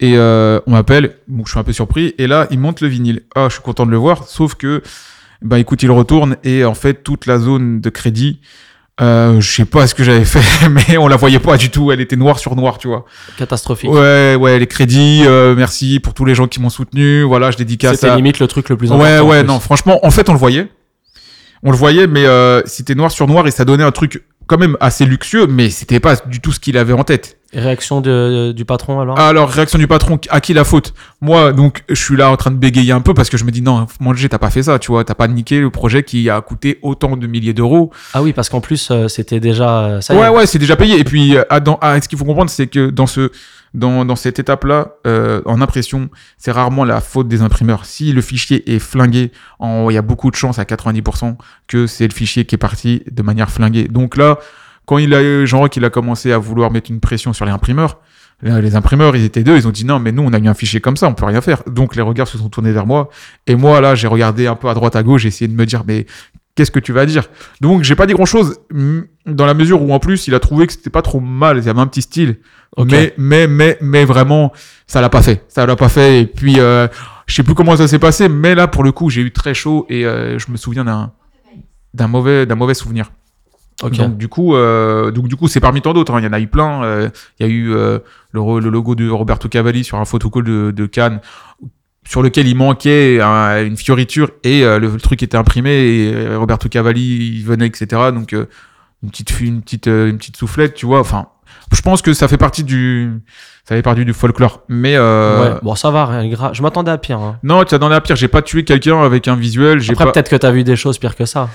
et euh, on m'appelle, donc je suis un peu surpris et là il monte le vinyle. Ah je suis content de le voir, sauf que bah écoute il retourne et en fait toute la zone de crédit Euh, je sais pas ce que j'avais fait, mais on la voyait pas du tout. Elle était noire sur noir, tu vois. Catastrophique. Ouais, ouais, les crédits. euh, merci pour tous les gens qui m'ont soutenu. Voilà, je dédicace C'était à. limite le truc le plus important. Ouais, en ouais, plus. non, franchement, en fait, on le voyait. On le voyait, mais euh, c'était noir sur noir et ça donnait un truc quand même assez luxueux, mais c'était pas du tout ce qu'il avait en tête. Et Réaction de- du patron alors Alors, réaction du patron, à qui la faute Moi, donc, je suis là en train de bégayer un peu parce que je me dis, non, Manger, t'as pas fait ça, tu vois, t'as pas niqué le projet qui a coûté autant de milliers d'euros. Ah oui, parce qu'en plus, euh, c'était déjà. euh, Ça y est. Ouais, ouais, c'est déjà payé. Et puis, euh, ah, dans- ah, ce qu'il faut comprendre, c'est que dans ce, dans, dans cette étape-là, euh, en impression, c'est rarement la faute des imprimeurs. Si le fichier est flingué, en- il y a beaucoup de chances à 90% que c'est le fichier qui est parti de manière flinguée. Donc là, quand il a, genre, qu'il a commencé à vouloir mettre une pression sur les imprimeurs, là, les imprimeurs, ils étaient deux, ils ont dit non, mais nous, on a eu un fichier comme ça, on peut rien faire. Donc les regards se sont tournés vers moi. Et moi, là, j'ai regardé un peu à droite, à gauche, j'ai essayé de me dire, mais qu'est-ce que tu vas dire donc j'ai pas dit grand chose dans la mesure où en plus il a trouvé que c'était pas trop mal, il y avait un petit style. Ok. Mais mais mais mais vraiment ça l'a pas fait, ça l'a pas fait. Et puis euh, je sais plus comment ça s'est passé, mais là pour le coup j'ai eu très chaud et euh, je me souviens d'un d'un mauvais d'un mauvais souvenir. Ok. Donc du coup euh, donc du coup c'est parmi tant d'autres. hein. Il y en a eu plein. Euh, Il y a eu euh, le, re- le logo de Roberto Cavalli sur un photocall de, de Cannes sur lequel il manquait un- une fioriture et euh, le, le truc était imprimé et euh, Roberto Cavalli il venait etc. Donc euh, une petite fu- une petite euh, une petite soufflette tu vois. Enfin je pense que ça fait partie du ça fait partie du folklore. Mais euh, Ouais, Bon, ça va, rien de grave. Je m'attendais à pire. hein. non tu as dans la pire j'ai pas tué quelqu'un avec un visuel. J'ai Après, pas... peut-être que t'as vu des choses pires que ça.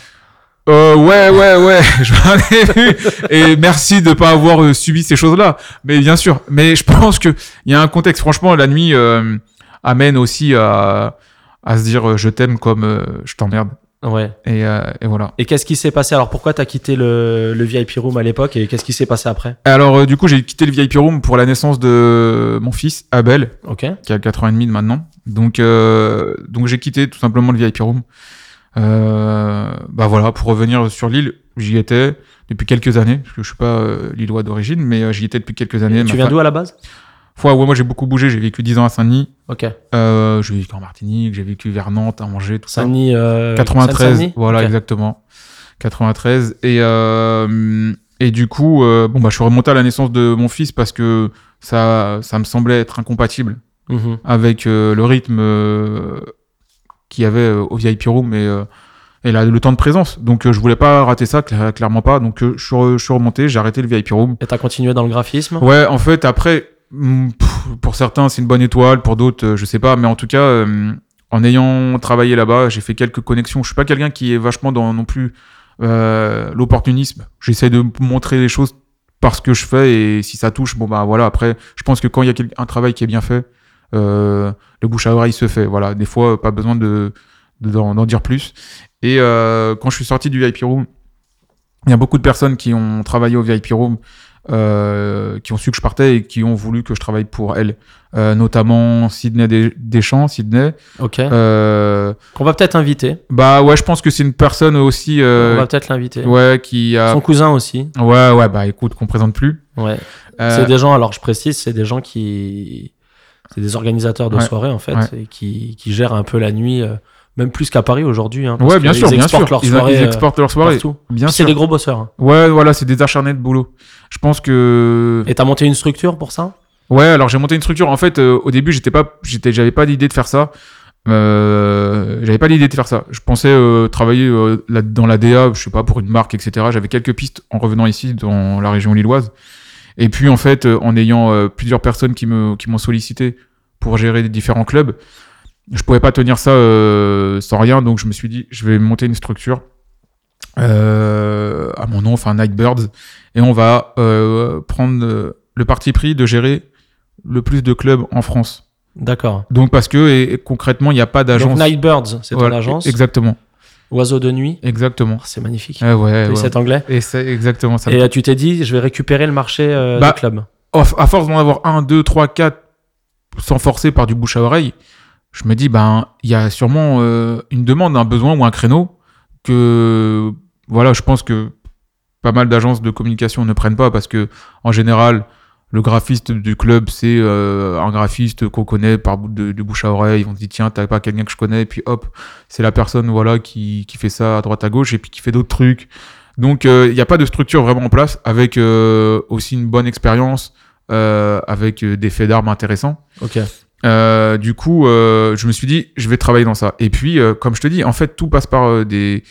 Euh, ouais, ouais, ouais, j'en ai vu. Et merci de pas avoir euh, subi ces choses-là. Mais bien sûr. Mais je pense que il y a un contexte. Franchement, la nuit euh, amène aussi à, à se dire euh, je t'aime comme euh, je t'emmerde. Ouais. Et, euh, et voilà. Et qu'est-ce qui s'est passé Alors, pourquoi t'as quitté le, le VIP Room à l'époque et qu'est-ce qui s'est passé après Alors, euh, du coup, j'ai quitté le VIP Room pour la naissance de mon fils, Abel. Ok. qui a 4 ans et demi de maintenant. Donc, euh, donc j'ai quitté tout simplement le VIP Room. Euh, bah voilà, pour revenir sur l'île, j'y étais depuis quelques années, parce que je suis pas euh, lillois d'origine, mais euh, j'y étais depuis quelques années. Et Ma tu viens fa- d'où à la base Fois, ouais, moi j'ai beaucoup bougé, j'ai vécu 10 ans à Saint-Denis, Ok. euh, j'ai vécu en Martinique, j'ai vécu vers Nantes, à Angers, tout ça. Saint-Denis. euh, 93, Seine-Saint-Denis voilà, Ok. exactement. 93. Et, euh, et du coup, euh, bon, bah, je suis remonté à la naissance de mon fils parce que ça, ça me semblait être incompatible Mhm. avec euh, le rythme euh, qu'il y avait euh, au VIP Room et, euh, et la- le temps de présence. Donc euh, je voulais pas rater ça, cla- clairement pas. Donc euh, je, suis re- je suis remonté, j'ai arrêté le VIP Room. Et t'as continué dans le graphisme Ouais, en fait, après, hmm, pff, pour certains c'est une bonne étoile, pour d'autres euh, je sais pas, mais en tout cas, euh, en ayant travaillé là-bas, j'ai fait quelques connexions. Je suis pas quelqu'un qui est vachement dans non plus euh, l'opportunisme. J'essaie de montrer les choses parce que je fais et si ça touche, bon bah voilà. Après, je pense que quand il y a quel- un travail qui est bien fait, euh, le bouche à oreille se fait. Voilà, des fois euh, pas besoin de de- d'en d'en dire plus. Et euh, quand je suis sorti du VIP room, il y a beaucoup de personnes qui ont travaillé au VIP room. euh, qui ont su que je partais et qui ont voulu que je travaille pour elles, Euh, notamment Sydney Des- Deschamps, Sydney. Ok. Euh, Qu'on va peut-être inviter. bah ouais, je pense que c'est une personne aussi euh, On va peut-être l'inviter. Ouais, qui a. Son cousin aussi. Ouais, ouais, bah écoute, qu'on présente plus. Ouais. Euh, C'est des gens, alors je précise, c'est des gens qui. C'est des organisateurs de Ouais. soirées, en fait, Ouais. et qui, qui gèrent un peu la nuit, euh, même plus qu'à Paris aujourd'hui. Hein, parce ouais, bien qu'ils sûr, bien sûr. exportent Leur ils, soirée, euh, ils exportent leur soirée. partout. Bien Puis c'est sûr. des gros bosseurs. hein. Ouais, voilà, c'est des acharnés de boulot. Je pense que. Et t'as monté une structure pour ça Ouais, alors j'ai monté une structure. En fait, euh, au début, j'étais pas, j'étais, j'avais pas l'idée de faire ça. Euh, j'avais pas l'idée de faire ça. Je pensais euh, travailler euh, là- dans la DA, je sais pas pour une marque, etc. J'avais quelques pistes en revenant ici dans la région lilloise. Et puis en fait, euh, en ayant euh, plusieurs personnes qui me, qui m'ont sollicité pour gérer les différents clubs, je pouvais pas tenir ça euh, sans rien. Donc je me suis dit, je vais monter une structure euh, à mon nom, enfin Nightbirds, et on va euh, prendre euh, le parti pris de gérer le plus de clubs en France. D'accord. Donc parce que et, et concrètement, il n'y a pas Donc d'agence. Nightbirds, c'est Voilà, ton agence. Exactement, Oiseau de nuit. exactement. Oh, c'est magnifique. Eh ouais, T'as eu ouais. cet anglais. Et c'est exactement ça. Et euh, tu t'es dit, je vais récupérer le marché euh, Bah, des clubs. Off- à force d'en avoir un, deux, trois, quatre, sans forcer par du bouche à oreille, je me dis, ben, il y a sûrement euh, une demande, un besoin ou un créneau que, voilà, je pense que pas mal d'agences de communication ne prennent pas parce que, en général, le graphiste du club, c'est euh, un graphiste qu'on connaît par bou- de, de bouche à oreille. On se dit, tiens, t'as pas quelqu'un que je connais, et puis hop, c'est la personne, voilà, qui, qui fait ça à droite à gauche et puis qui fait d'autres trucs. Donc, euh, il n'y a pas de structure vraiment en place, avec euh, aussi une bonne expérience, euh, avec euh, des faits d'armes intéressants. Ok. Euh, du coup, euh, je me suis dit, je vais travailler dans ça. Et puis, euh, comme je te dis, en fait, tout passe par euh, des,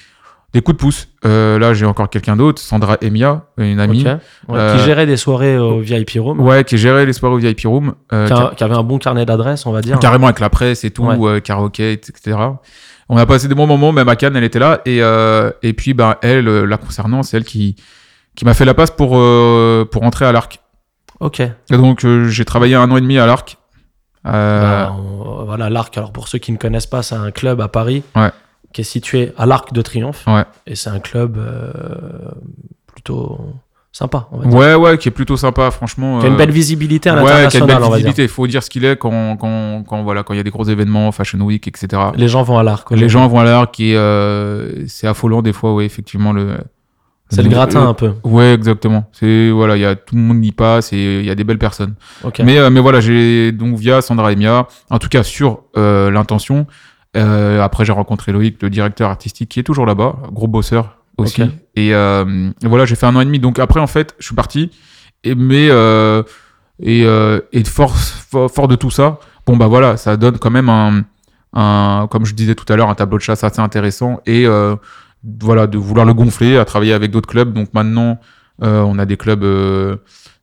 des coups de pouce. Euh, là, j'ai encore quelqu'un d'autre, Sandra Emia, une amie, Ok. Ouais, Euh, Qui gérait des soirées au VIP Room. ouais, qui gérait les soirées au VIP Room, euh, qui, a- qui avait un bon carnet d'adresses, on va dire. carrément avec la presse et tout, Ouais. euh, karaoké, etc. On a passé des bons moments, même à Cannes, elle était là. Et, euh, et puis, ben, elle, euh, la concernant, c'est elle qui, qui m'a fait la passe pour, euh, pour entrer à l'ARC. Ok. Et donc, euh, j'ai travaillé un an et demi à l'ARC. Euh, Ben, on- voilà, l'Arc, alors pour ceux qui ne connaissent pas, c'est un club à Paris Ouais. qui est situé à l'Arc de Triomphe. Ouais. Et c'est un club euh, plutôt sympa, on va dire. ouais, ouais, qui est plutôt sympa, franchement. Qui a une euh, belle visibilité à Ouais, qui a une l'international, belle on va dire. visibilité. Il faut dire ce qu'il est quand, quand, quand, voilà, quand il y a des gros événements, Fashion Week, etc. Les gens vont à l'Arc. Les gens vont à l'arc et euh, c'est affolant des fois, ouais, effectivement. Le, euh, C'est le gratin hein. un peu. Ouais, exactement. C'est voilà, il y a tout le monde y passe et il y a des belles personnes. Ok. Mais euh, mais voilà, j'ai donc via Sandra et Mia, en tout cas sur euh, l'intention. euh, après, j'ai rencontré Loïc, le directeur artistique, qui est toujours là-bas, gros bosseur aussi. Ok. Et euh, et voilà, j'ai fait un an et demi. Donc après, en fait, je suis parti. Et mais euh, et euh, et de force fo- fort de tout ça, bon bah voilà, ça donne quand même un un comme je disais tout à l'heure, un tableau de chasse assez intéressant et euh, voilà de vouloir le gonfler, à travailler avec d'autres clubs. Donc maintenant, euh, on a des clubs euh,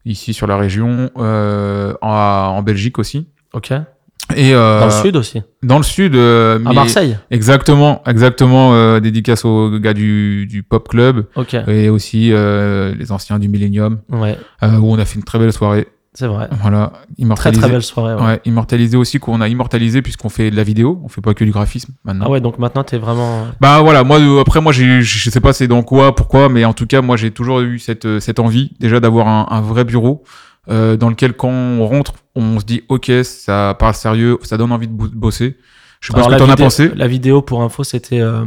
ici sur la région, euh, en, en Belgique aussi. Ok. Dans Et euh, le sud aussi. dans le sud, euh, À mais- Marseille. Exactement, exactement. euh, dédicace aux gars du, du pop club Ok. et aussi euh, les anciens du Millennium, Ouais. euh, où on a fait une très belle soirée. C'est vrai. Voilà, Très immortalisé. très belle soirée. ouais. Ouais, immortalisé aussi qu'on a immortalisé puisqu'on fait de la vidéo, on fait pas que du graphisme maintenant. Ah ouais, donc maintenant t'es vraiment. Bah voilà, moi euh, après moi j'ai je sais pas c'est dans quoi, pourquoi, mais en tout cas moi j'ai toujours eu cette euh, cette envie déjà d'avoir un, un vrai bureau euh, dans lequel quand on rentre on se dit ok ça parle sérieux, ça donne envie de bo- bosser. Je sais pas Alors, ce la que t'en as vidéo- pensé. La vidéo pour info, c'était euh,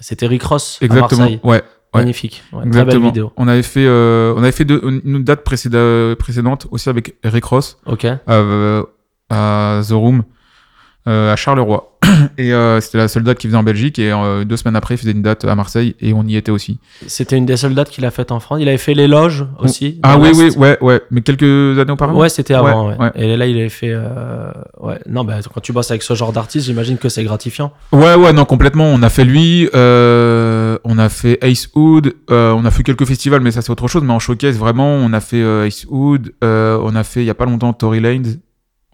c'était Rick Ross à Exactement. Marseille. Ouais. Ouais. Magnifique. Ouais, très belle Exactement. vidéo. On avait fait, euh, on avait fait deux- une date précéda- précédente aussi avec Eric Ross. Ok. à, à The Room euh, à Charleroi. Et euh, c'était la seule date qu'il faisait en Belgique. Et euh, deux semaines après, il faisait une date à Marseille et on y était aussi. C'était une des seules dates qu'il a faite en France. Il avait fait l'éloge aussi. Ah dans oui, oui, l'Est. ouais, ouais. Mais quelques années auparavant. Ouais, c'était avant. Ouais, ouais. Et là, il avait fait. euh, Ouais. Non, bah, quand tu bosses avec ce genre d'artiste, j'imagine que c'est gratifiant. Ouais, ouais, non, complètement. On a fait lui, euh, on a fait Ace Hood, euh, on a fait quelques festivals, mais ça c'est autre chose. Mais en showcase, vraiment, on a fait euh, Ace Hood, euh, on a fait il y a pas longtemps Tory Lanez,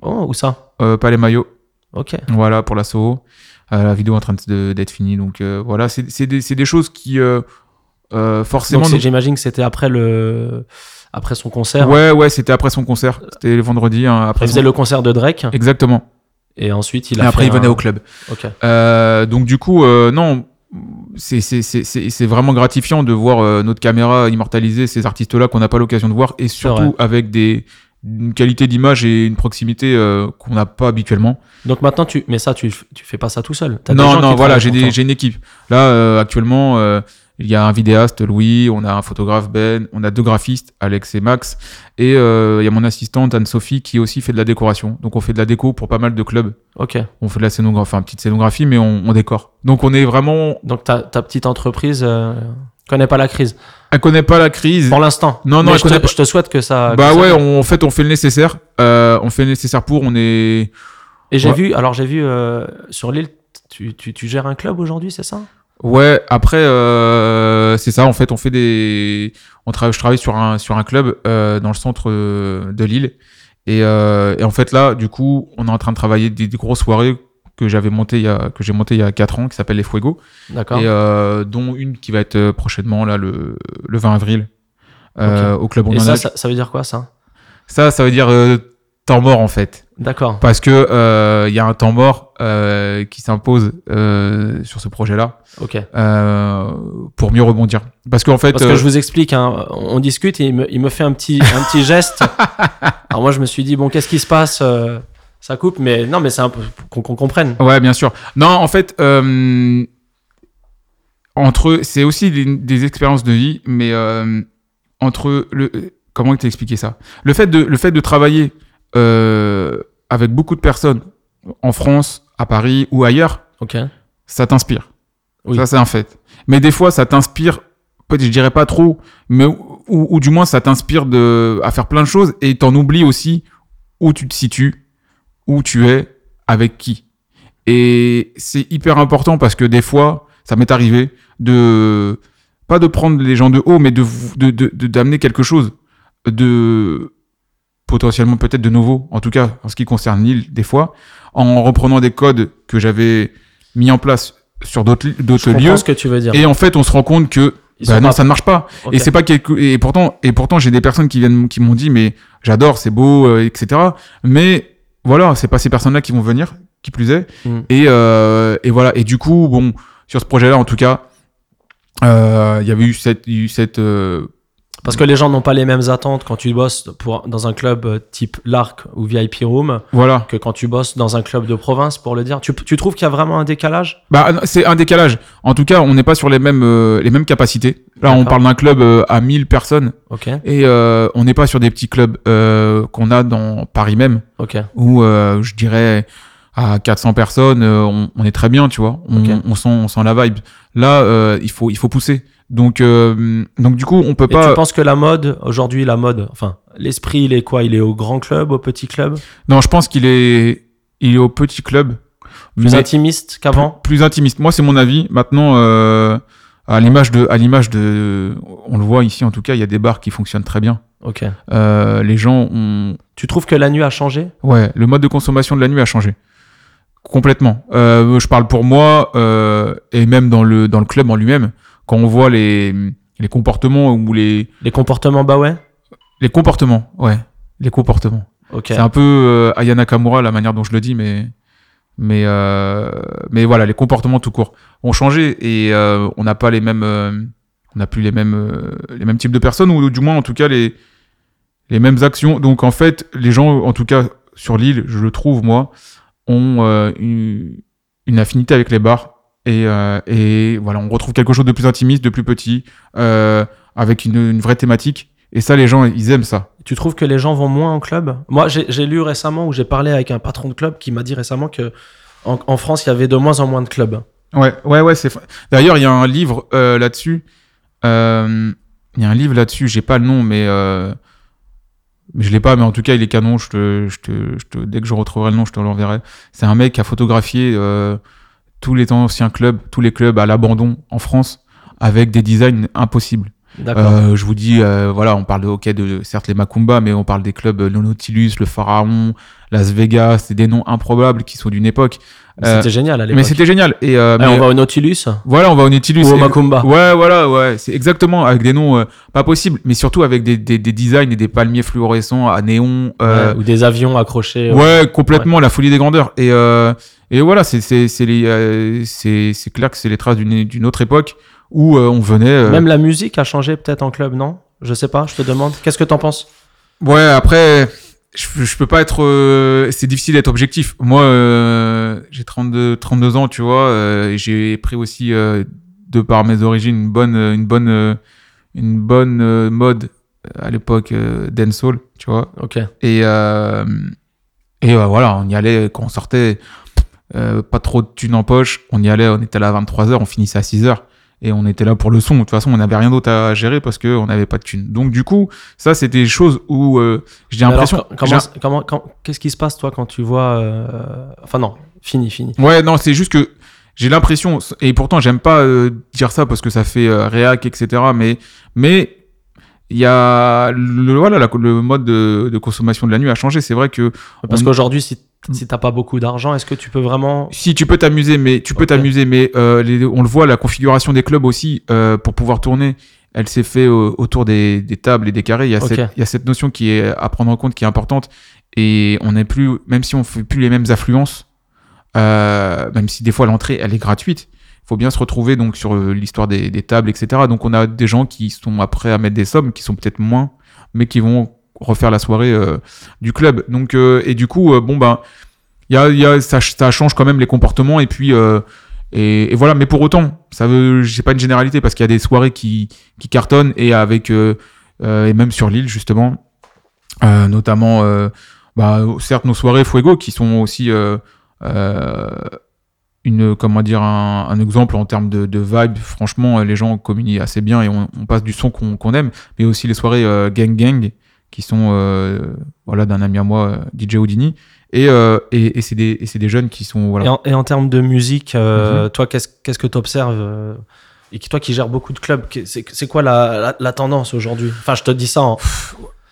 Oh, où ça euh, Palais Maillot. Ok. Voilà, pour la Soho. Euh, la vidéo est en train de- d'être finie. Donc euh, voilà, c'est c'est des, c'est des choses qui, euh, euh, Donc, forcément. c'est- j'imagine que c'était après le. Après son concert. ouais, ouais, c'était après son concert. C'était le vendredi. hein, après Euh, Il son- faisait le concert de Drake. Exactement. Et ensuite, il Et a après, fait il venait un- au club. Ok. Euh, donc du coup, euh, non, c'est- c'est- c'est c'est- c'est vraiment gratifiant de voir euh, notre caméra immortaliser ces artistes-là qu'on n'a pas l'occasion de voir et vrai. surtout avec des une qualité d'image et une proximité euh, qu'on n'a pas habituellement. Donc maintenant, tu. Mais ça, tu, tu fais pas ça tout seul. T'as des gens Non, qui non, voilà, travaillent j'ai pour des- toi. j'ai une équipe. Là, euh, actuellement, euh, il y a un vidéaste, Louis, on a un photographe, Ben, on a deux graphistes, Alex et Max, et euh, il y a mon assistante, Anne-Sophie, qui aussi fait de la décoration. Donc, on fait de la déco pour pas mal de clubs. Ok. On fait de la scénographie, enfin, petite scénographie, mais on, on décore. Donc, on est vraiment. Donc ta, ta petite entreprise euh, connaît pas la crise Elle connaît pas la crise. pour l'instant. Non, non, Mais elle je te, connaît pas- je te souhaite que ça. que Bah ça- ouais, on, en fait, on fait le nécessaire. Euh, on fait le nécessaire pour, on est. Et j'ai ouais. vu. Alors j'ai vu euh, sur l'île, tu, tu, tu gères un club aujourd'hui, c'est ça Ouais, après, euh, c'est ça, en fait, on fait des. On travaille, je travaille sur un, sur un club euh, dans le centre euh, de Lille. Et, euh, et en fait, là, du coup, on est en train de travailler des, des grosses soirées que j'avais monté il y a, que j'ai monté il y a 4 ans, qui s'appelle les Fuego. D'accord. Et euh, dont une qui va être euh, prochainement, là, le, le 20 avril, euh, au club Et on ça, ça, ça, ça veut dire quoi ça ça, ça veut dire euh, temps mort, en fait. D'accord. Parce que euh, il y a un temps mort euh, qui s'impose euh, sur ce projet-là Ok. euh, pour mieux rebondir. Parce qu'en fait, Parce que euh, je vous explique, hein, on on discute et il me, il me fait un petit, un petit geste. Alors moi je me suis dit bon qu'est-ce qui se passe euh, Ça coupe, mais non mais c'est un peu qu'on qu'on comprenne. euh, ouais, bien sûr. Non, en fait, euh, entre eux, c'est aussi des, des expériences de vie, mais euh, entre le euh, comment t'expliquer ça Le fait de le fait de travailler euh, avec beaucoup de personnes en France, à Paris ou ailleurs, Ok. ça t'inspire. Oui. Ça, c'est un fait. Mais des fois, ça t'inspire peut-être je dirais pas trop, mais ou, ou- ou du moins ça t'inspire de à faire plein de choses et t'en oublies aussi où tu te situes, où tu es, avec qui. Et c'est hyper important parce que des fois, ça m'est arrivé de pas de prendre les gens de haut, mais de de- de- de- d'amener quelque chose de potentiellement peut-être de nouveau, en tout cas en ce qui concerne l'île, des fois, en reprenant des codes que j'avais mis en place sur d'autres li- d'autres Je comprends lieux. ce que tu veux dire. Et en fait, on se rend compte que Ils bah sont non, pas- ça ne marche pas. Ok. Et c'est pas quelque... et pourtant et pourtant j'ai des personnes qui viennent qui m'ont dit mais j'adore, c'est beau, euh, etc. Mais voilà, c'est pas ces personnes-là qui vont venir, qui plus est. Mm. Et euh, et voilà. Et du coup, bon, sur ce projet-là, en tout cas, euh, il y avait eu cette eu cette euh, Parce que les gens n'ont pas les mêmes attentes quand tu bosses pour, dans un club euh, type l'Arc ou VIP Room voilà. que quand tu bosses dans un club de province, pour le dire. Tu, tu trouves qu'il y a vraiment un décalage Bah ah non, c'est un décalage. En tout cas, on n'est pas sur les mêmes euh, les mêmes capacités. Là, on D'accord. parle d'un club euh, à 1000 personnes Ok, et euh, on n'est pas sur des petits clubs euh, qu'on a dans Paris même. ok. où euh, je dirais à 400 personnes, euh, on, on est très bien, tu vois. On, Ok. on sent, on sent la vibe. Là, euh, il faut, il faut pousser. Donc, euh, donc du coup, on peut Et tu pas. penses que la mode, aujourd'hui, la mode, enfin, l'esprit, il est quoi Il est au grand club, au petit club Non, je pense qu'il est, il est au petit club, Plus mais intimiste qu'avant plus intimiste. Moi, c'est mon avis. Maintenant, euh, à l'image de, à l'image de, on le voit ici en tout cas, il y a des bars qui fonctionnent très bien. Ok. Euh, les gens ont, Tu trouves que la nuit a changé Ouais, le mode de consommation de la nuit a changé. Complètement. Euh, je parle pour moi, euh, et même dans le, dans le club en lui-même, quand on voit les, les comportements ou les, Les comportements, bah ouais les comportements, ouais, les comportements. Ok. C'est un peu euh, Aya Nakamura, la manière dont je le dis, mais, mais, euh, mais voilà, les comportements tout court ont changé et euh, on n'a pas les mêmes, euh, on n'a plus les mêmes, euh, les mêmes types de personnes ou du moins en tout cas les, les mêmes actions. Donc en fait, les gens, en tout cas sur l'île, je le trouve moi, ont euh, une, une affinité avec les bars. Et, euh, et voilà, on retrouve quelque chose de plus intimiste, de plus petit, euh, avec une, une vraie thématique. Et ça, les gens, ils aiment ça. Tu trouves que les gens vont moins en club Moi, j'ai j'ai lu récemment ou j'ai parlé avec un patron de club qui m'a dit récemment que en, en France, il y avait de moins en moins de clubs. Ouais, ouais, ouais, c'est. D'ailleurs, il y a un livre euh, là-dessus. Euh, Il y a un livre là-dessus. J'ai pas le nom, mais euh, mais je l'ai pas. Mais en tout cas, il est canon. Je te, je te, je te- dès que je retrouverai le nom, je te l'enverrai. C'est un mec qui a photographié euh, tous les anciens clubs, tous les clubs à l'abandon en France, avec des designs impossibles. D'accord. Euh, je vous dis, euh, voilà, on parle de hockey, de certes les Macumba, mais on parle des clubs euh, le Nautilus, le Pharaon, Las Vegas, c'est des noms improbables qui sont d'une époque. Mais euh, c'était génial à Mais l'époque. c'était génial. Et euh, Eh, mais- on va au Nautilus voilà, on va au Nautilus. ou au Et- Macumba Ouais, voilà, ouais, c'est exactement avec des noms euh, pas possibles, mais surtout avec des, des, des designs et des palmiers fluorescents à néon. euh, Ouais, Ou des avions accrochés. euh, ouais. complètement la folie des grandeurs. Et, euh, et voilà, c'est c'est c'est les, euh, c'est c'est clair que c'est les traces d'une d'une autre époque où euh, on venait. euh, Même la musique a changé peut-être en club, non Je sais pas, je te demande. Qu'est-ce que t'en penses Ouais, après, je, je peux pas être. euh, c'est difficile d'être objectif. Moi, euh, j'ai 32, 32 ans, tu vois. euh, et j'ai pris aussi, euh, de par mes origines, une bonne, euh, une bonne, euh, une bonne euh, mode euh, à l'époque euh, dancehall, tu vois. Ok. Et, euh, et euh, voilà, on y allait quand on sortait. euh, pas trop de thunes en poche, on y allait, on était là à 23h, on finissait à 6h et on était là pour le son. De toute façon, on n'avait rien d'autre à gérer parce qu'on n'avait pas de thunes. Donc, du coup, ça, c'était des choses où euh, j'ai Mais l'impression. alors, co- comment- comment- quand- Qu'est-ce qui se passe, toi, quand tu vois. euh, Enfin, non, fini, fini. j'ai- Ouais, non, c'est juste que j'ai l'impression, et pourtant, j'aime pas euh, dire ça parce que ça fait euh, réac, etc. Mais. mais il y a le, voilà, la- le mode de, de consommation de la nuit a changé. C'est vrai que Parce On- qu'aujourd'hui, si, Mm. si t'as pas beaucoup d'argent, est-ce que tu peux vraiment. si tu peux t'amuser, mais tu peux Ok. t'amuser, mais euh, les- on le voit, la configuration des clubs aussi euh, pour pouvoir tourner, elle s'est fait euh, autour des, des tables et des carrés. Il y, a Ok. cette, il y a cette notion qui est à prendre en compte, qui est importante, et on n'est plus, même si on fait plus les mêmes affluences, euh, même si des fois l'entrée elle est gratuite, il faut bien se retrouver donc sur euh, l'histoire des, des tables, etc. Donc on a des gens qui sont après à mettre des sommes, qui sont peut-être moins, mais qui vont refaire la soirée euh, du club. Donc euh, et du coup euh, bon ben il y a, il y a- ça, ch- ça change quand même les comportements et puis euh, et, et voilà mais pour autant ça veut j'ai pas une généralité parce qu'il y a des soirées qui qui cartonnent et avec euh, euh, et même sur l'île justement euh, notamment euh, bah, certes nos soirées Fuego qui sont aussi euh, euh, une, comment dire, un, un exemple en termes de, de vibe. Franchement, euh, les gens communient assez bien et on, on passe du son qu'on qu'on aime. Mais aussi les soirées euh, Gang Gang, qui sont euh, voilà, d'un ami à moi, euh, DJ Houdini. Et, euh, et, et c'est des, et c'est des jeunes qui sont. Voilà. Mm-hmm. Et, en, et en termes de musique, euh, toi, qu'est-ce qu'est-ce que tu observes Et qui- toi qui gères beaucoup de clubs, qu'est- c'est c'est quoi la, la- la tendance aujourd'hui Enfin, je te dis ça hein.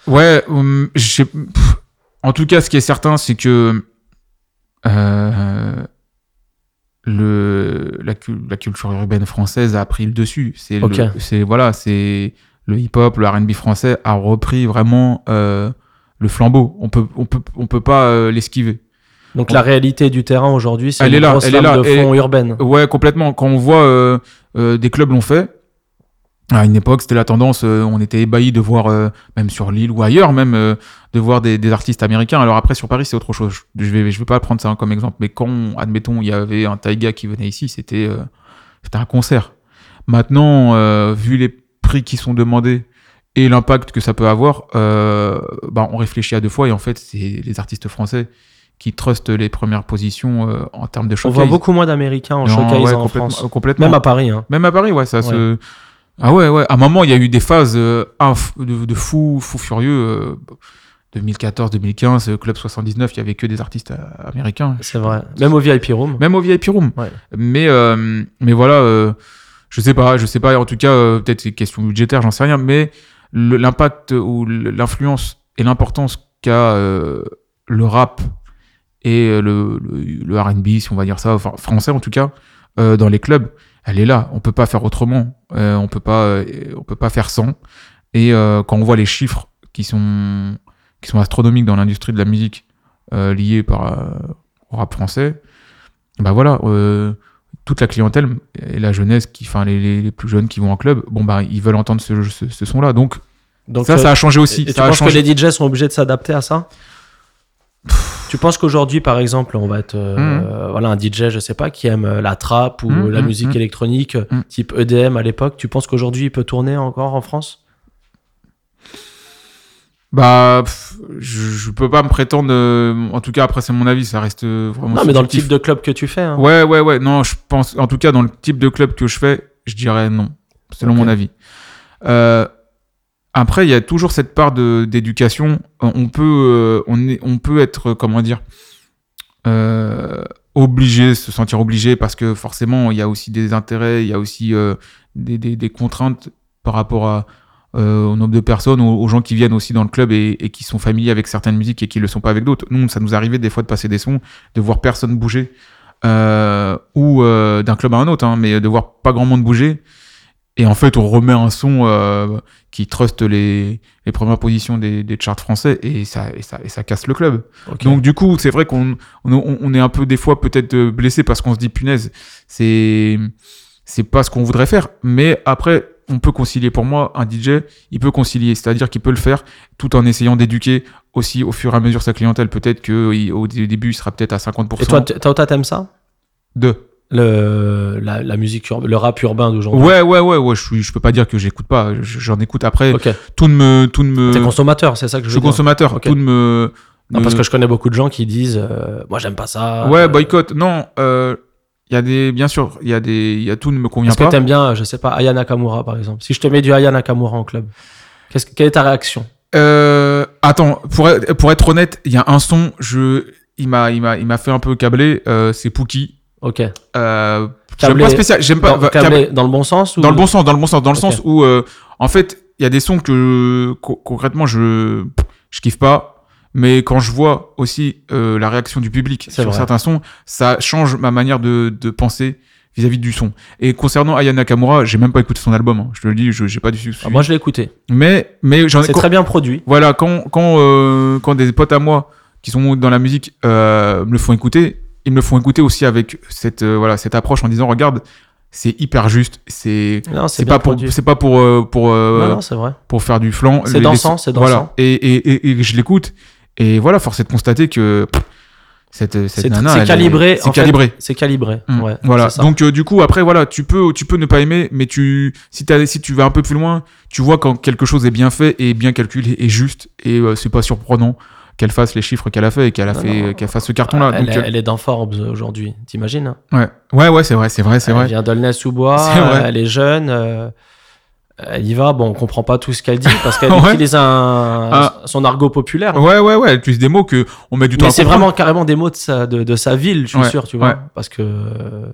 en. Ouais, hum, je sais- pff. en tout cas, ce qui est certain, c'est que euh, le, la, cul- la culture urbaine française a pris le dessus. C'est le- Ok. c'est voilà, c'est le hip-hop, le R&B français a repris vraiment euh, le flambeau. On peut, on peut, on peut pas euh, l'esquiver. Donc la réalité du terrain aujourd'hui, c'est Elle une est là, grosse elle est lame là, de et- fond urbaine. Ouais, complètement. Quand on voit euh, euh, des clubs l'ont fait, à une époque, c'était la tendance, euh, on était ébahi de voir, euh, même sur l'île ou ailleurs, même euh, de voir des, des artistes américains. Alors après, sur Paris, c'est autre chose. Je je vais, je vais pas prendre ça comme exemple, mais quand, admettons, il y avait un Taiga qui venait ici, c'était euh, c'était un concert. Maintenant, euh, vu les prix qui sont demandés et l'impact que ça peut avoir, euh, bah, on réfléchit à deux fois et en fait, c'est les artistes français qui trustent les premières positions euh, en termes de On showcase. voit beaucoup moins d'Américains en Non, showcase ouais, en complètement- euh, France. complètement. Même à Paris. hein. Même à Paris, ouais, ça se. Ah ouais, ouais. À un moment, il y a eu des phases euh, inf- de, de fou, fou furieux. euh, 2014, 2015, euh, Club 79, il y avait que des artistes euh, américains. C'est vrai. Même au VIP Room. Même au VIP Room. Ouais. Mais, euh, mais voilà, euh, je sais pas, je sais pas. En tout cas, euh, peut-être c'est question budgétaire, j'en sais rien. Mais le- l'impact ou l'influence et l'importance qu'a euh, le rap et euh, le, le, le RB, si on va dire ça, enfin français en tout cas, euh, dans les clubs, elle est là. On peut pas faire autrement. Euh, on peut pas, euh, on peut pas faire sans. Et euh, quand on voit les chiffres qui sont qui sont astronomiques dans l'industrie de la musique euh, liée par euh, au rap français, bah voilà, euh, toute la clientèle et la jeunesse, qui, enfin les, les- les plus jeunes qui vont en club, bon bah ils veulent entendre ce, ce, ce son-là. Donc, Donc ça, euh, ça a changé aussi. et tu ça a penses changé. que les DJ sont obligés de s'adapter à ça Tu penses qu'aujourd'hui, par exemple, on va être euh, Mhm. voilà un DJ, je sais pas, qui aime euh, la trap ou Mhm, la mhm, musique mhm. électronique euh, Mhm. type EDM à l'époque. Tu penses qu'aujourd'hui, il peut tourner encore en France Bah, pff, je, je peux pas me prétendre. euh, en tout cas, après c'est mon avis, ça reste euh, vraiment. Non, mais dans le subjectif. type de club que tu fais. hein. Ouais, ouais, ouais. Non, je pense. En tout cas, dans le type de club que je fais, je dirais non, selon Ok. mon avis. Euh, après, il y a toujours cette part de d'éducation. Euh, On peut, euh, on est, on peut être, euh, comment dire, euh, obligé, se sentir obligé, parce que forcément, il y a aussi des intérêts, il y a aussi euh, des, des, des contraintes par rapport à euh, au nombre de personnes, aux, aux gens qui viennent aussi dans le club et, et qui sont familiers avec certaines musiques et qui le sont pas avec d'autres. Nous, ça nous arrivait des fois de passer des sons, de voir personne bouger euh, ou euh, d'un club à un autre, hein, mais de voir pas grand monde bouger. Et en fait, on remet un son euh, qui truste les, les premières positions des, des charts français et ça, et, ça, et ça casse le club. Ok. Donc du coup, c'est vrai qu'on on, on est un peu des fois peut-être euh, blessé parce qu'on se dit punaise, c'est c'est pas ce qu'on voudrait faire. Mais après, on peut concilier. Pour moi, un DJ, il peut concilier, c'est-à-dire qu'il peut le faire tout en essayant d'éduquer aussi au fur et à mesure sa clientèle. Peut-être que il- au dé- début, il sera peut-être à 50%. Et toi, t- Tauta, t'aimes ça de le, la, la musique urbaine, le rap urbain d'aujourd'hui Ouais, ouais, ouais, ouais, je, suis, je peux pas dire que j'écoute pas, je- j'en écoute après. Ok. Tout ne me. Tout ne me T'es consommateur, c'est ça que je Euh, je veux suis dire. consommateur, Ok. tout ne me. Non, ne- parce que je connais beaucoup de gens qui disent euh, Moi, j'aime pas ça. Ouais, bah, Euh, boycott, non, euh, il y a des. Bien sûr, il y a des. Il y a tout ne me convient Est-ce que pas. t'aimes bien, euh, je sais pas, Aya Nakamura par exemple Si je te mets du Aya Nakamura en club, qu'est-ce que- quelle est ta réaction Euh, attends, pour être, pour être honnête, il y a un son, je. Il m'a, il m'a, il m'a fait un peu câbler, euh, c'est Pookie. Ok. Euh, j'aime Câblé- pas spécial, j'aime pas. bah, dans, va- câblé dans le bon sens ou... Dans le bon sens, dans le bon sens, dans le Ok. sens où, euh, en fait, il y a des sons que co- concrètement je je kiffe pas, mais quand je vois aussi euh, la réaction du public C'est sur vrai. certains sons, ça change ma manière de, de penser vis-à-vis du son. Et concernant Aya Nakamura, j'ai même pas écouté son album. hein. Je te le dis, je j'ai pas du suivi. Ah, moi, je l'ai écouté. mais mais j'en ai C'est très bien produit. voilà, quand, quand, euh, quand des potes à moi qui sont dans la musique euh, me le font écouter, ils me le font écouter aussi avec cette, euh, voilà, cette approche en disant regarde, c'est hyper juste, c'est. Non, c'est C'est bien pas, pour, produit. c'est pas pour, euh, pour, euh, Non, non, c'est vrai. pour faire du flan. C'est Les- les- dansant, c'est dansant. Voilà. Et, et, et, et je l'écoute. Et voilà, force est de constater que pff, cette, cette C'est nana. c'est elle est- calibré. en C'est fait. calibré. C'est calibré. Mm. Ouais, voilà. c'est ça. Donc euh, du coup après voilà, tu peux tu peux ne pas aimer mais tu si t'as- si tu vas un peu plus loin, tu vois quand quelque chose est bien fait et bien calculé et juste et euh, c'est pas surprenant qu'elle fasse les chiffres qu'elle a fait et qu'elle a Non, fait non. qu'elle fasse ce carton là. elle, Donc, euh, est- elle est dans Forbes aujourd'hui, t'imagines ouais, ouais, ouais, c'est vrai, c'est vrai, c'est Elle vrai. vient d'Aulnay-sous-Bois, C'est vrai. euh, elle est jeune, euh, elle y va. Bon, on comprend pas tout ce qu'elle dit parce qu'elle Ouais. utilise un, Ah. son argot populaire. Ouais, ouais, ouais. Elle utilise des mots que on met du temps. Mais à c'est comprendre. vraiment carrément des mots de sa, de, de sa ville, je suis Ouais, sûr, tu vois. ouais. Parce que euh,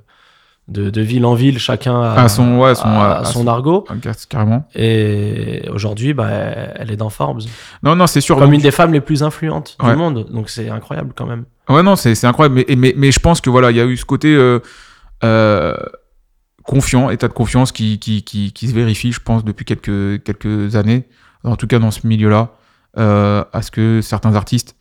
de, de ville en ville, chacun a, Ah, son, ouais, son, a- ah, a ah, son argot. ah, car- carrément. Et aujourd'hui, bah, elle est dans Forbes. Non, non, c'est sûr. Comme donc- une des femmes les plus influentes Ouais. du monde. Donc c'est incroyable quand même. Ouais, non, c'est c'est incroyable. Mais, mais, mais je pense que voilà, il y a eu ce côté euh, euh, confiant, état de confiance qui, qui, qui, qui se vérifie, je pense, depuis quelques, quelques années, en tout cas dans ce milieu-là, euh, à ce que certains artistes,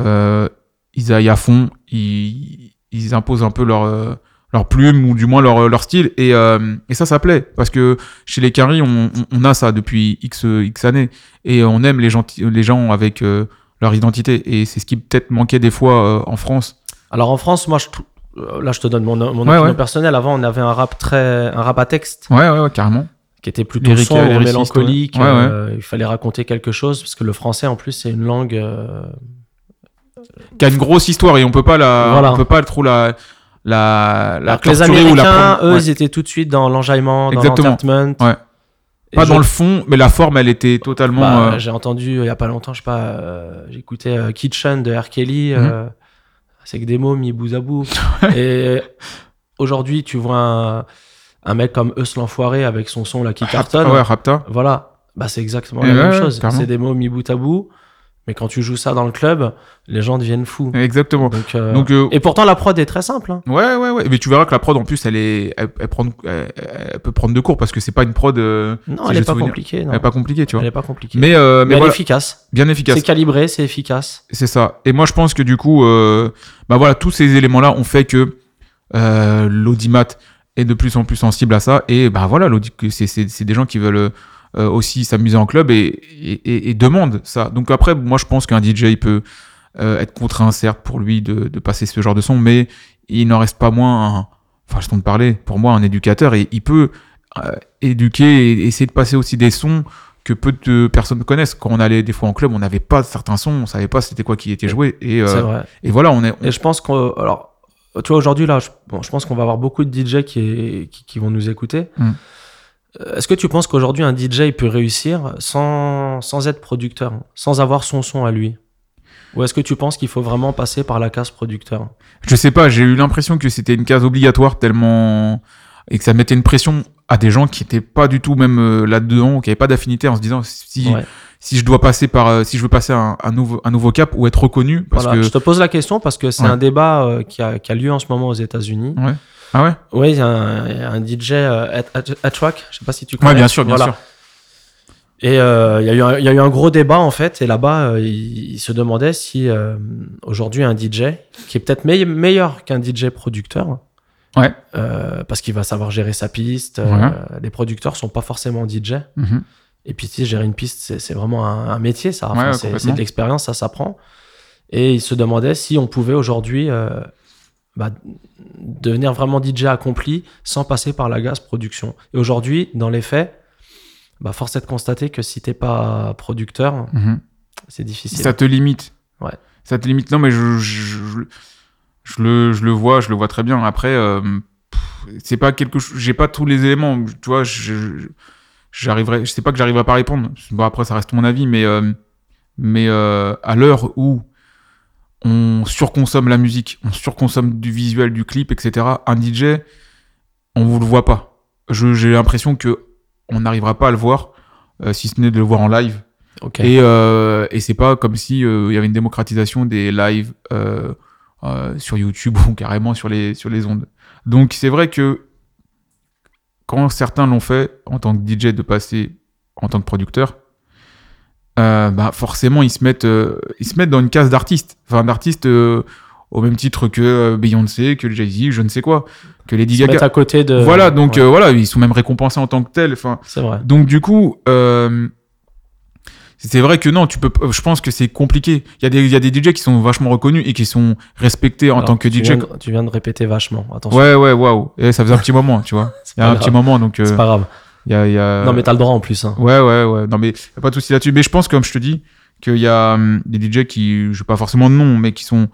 euh, ils aillent à fond, ils, ils imposent un peu leur, euh, leur plume ou du moins leur, leur style. Et, euh, et ça, ça plaît. Parce que chez les Caries, on, on- on a ça depuis X, X années. Et on aime les gens, les gens avec. euh, leur identité. Et c'est ce qui peut-être manquait des fois euh, en France. Alors en France, moi, je, trou- euh, là, je te donne mon, mon Ouais, opinion ouais. personnelle. Avant, on avait un rap très, un rap à texte Ouais, ouais, ouais, carrément. qui était plutôt Lyrique, sombre, lyriciste, mélancolique. ouais. Ouais, ouais. euh, il fallait raconter quelque chose parce que le français, en plus, c'est une langue. euh, Qui a une grosse histoire et on peut pas la, Voilà. on peut pas trop la, la, la alors que les torturer Américains, ou la prendre. eux, Ouais. ils étaient tout de suite dans l'enjaillement, dans Exactement. l'entertainment. Ouais. Et Pas je- dans le fond, mais la forme, elle était totalement. bah, euh, J'ai entendu euh, il y a pas longtemps, je sais pas, euh, j'écoutais euh, Kitchen de R. Kelly. Mhm. euh, c'est que des mots mis bout à bout. et euh, aujourd'hui, tu vois un, un mec comme Eus l'enfoiré avec son son là qui cartonne. Rapta- Ah, ouais, Rapta. Voilà, bah, c'est exactement Et la même ouais, chose. clairement. C'est des mots mis bout à bout, mais quand tu joues ça dans le club, les gens deviennent fous. Exactement. Donc, euh, Donc, euh, Et pourtant, la prod est très simple. hein. ouais, ouais, ouais. Mais tu verras que la prod, en plus, elle est, elle, elle prend, elle, elle peut prendre de cours parce que c'est pas une prod, euh, Non, Si elle j'ai n'est pas souvenir. compliquée. non. elle est pas compliquée, tu vois. Elle est pas compliquée. Mais, euh, Mais mais, elle voilà, est efficace. bien efficace. C'est calibré, c'est efficace. C'est ça. Et moi, je pense que du coup, euh, bah voilà, tous ces éléments-là ont fait que euh, l'audimat est de plus en plus sensible à ça. Et bah voilà, l'audi- que c'est- c'est c'est des gens qui veulent euh, aussi s'amuser en club et, et- et- et demandent ça. Donc après, moi, je pense qu'un DJ il peut euh, être contraint, certes, pour lui de, de passer ce genre de son, mais il n'en reste pas moins, un, enfin, je de parler, pour moi, un éducateur. Et il peut euh, éduquer et essayer de passer aussi des sons que peu de personnes connaissent. Quand on allait des fois en club, on n'avait pas certains sons, on savait pas c'était quoi qui était joué. Et, euh, C'est vrai. et voilà, on est. on- Et je pense qu'on. Alors, tu vois, aujourd'hui, là, je, bon, je pense qu'on va avoir beaucoup de DJ qui, qui, qui vont nous écouter. Mm. Euh, Est-ce que tu penses qu'aujourd'hui, un DJ il peut réussir sans, sans être producteur, sans avoir son son à lui Ou est-ce que tu penses qu'il faut vraiment passer par la case producteur Je sais pas, j'ai eu l'impression que c'était une case obligatoire tellement. et que ça mettait une pression à des gens qui n'étaient pas du tout même euh, là-dedans, qui n'avaient pas d'affinité en se disant si, Ouais. si je dois passer par. euh, si je veux passer un, un nouveau, un nouveau cap ou être reconnu. Parce Voilà, Je que. te pose la question parce que c'est Ouais. un débat euh, qui, a, qui a lieu en ce moment aux États-Unis. Ah ouais Oui, il y a un, il y a un DJ, euh, At- At- Atwack, je sais pas si tu connais. Ouais, bien sûr, bien Voilà. sûr. Et euh, il y, a eu un- il y a eu un gros débat en fait, et là-bas, euh, ils ils se demandaient si euh, aujourd'hui un DJ, qui est peut-être meille- meilleur qu'un DJ producteur, Ouais. euh, parce qu'il va savoir gérer sa piste, euh, Ouais. les producteurs sont pas forcément DJ, Mhm. et puis tu sais, gérer une piste, c'est c'est vraiment un, un métier, ça, Enfin, Ouais, ouais, c'est- c'est complètement. de l'expérience, ça s'apprend. Et ils se demandaient si on pouvait aujourd'hui euh, bah, devenir vraiment DJ accompli sans passer par la gaz production. Et aujourd'hui, dans les faits, bah, force est de constater que si t'es pas producteur, Mhm. c'est difficile. Ça te limite. Ouais. Ça te limite. Non, mais je, je, je- je le, je le vois, je le vois très bien. Après, euh, pff, c'est pas quelque chose. J'ai pas tous les éléments. Tu vois, je, je- j'arriverai. Je sais pas que j'arriverai pas à répondre. Bon, après, ça reste mon avis, mais, euh, mais euh, à l'heure où on surconsomme la musique, on surconsomme du visuel, du clip, etc. Un DJ, on vous le voit pas. Je- J'ai l'impression que on n'arrivera pas à le voir, euh, si ce n'est de le voir en live. Ok. Et, euh, et c'est pas comme si euh, il y avait une démocratisation des lives euh, euh, sur YouTube ou carrément sur les, sur les ondes. Donc c'est vrai que quand certains l'ont fait en tant que DJ de passer en tant que producteur, euh, bah forcément ils se mettent euh, ils se mettent dans une case d'artiste, enfin d'artiste euh, au même titre que euh, Beyoncé, que Jay-Z, je ne sais quoi, que Lady Se mettre Gaga. à côté de. Voilà, donc Ouais, euh, voilà, ils sont même récompensés en tant que tels. Enfin, c'est vrai. donc du coup, euh, c'est vrai que non, tu peux. p- Je pense que c'est compliqué. Il y a des, il y a des DJ qui sont vachement reconnus et qui sont respectés en Alors, tant que tu DJ. viens de- tu viens de répéter vachement. Attention. Ouais, ouais, waouh. Et ça faisait un petit moment, tu vois. c'est Il y a pas un grave. petit Euh, moment, donc. euh, C'est pas grave. il y a, il y a- Non, mais t'as le droit en plus. hein. Ouais, ouais, ouais. Non mais y a pas de souci là-dessus. Mais je pense, comme je te dis, qu'il y a hum, des DJ qui, je sais pas forcément de nom, mais qui sont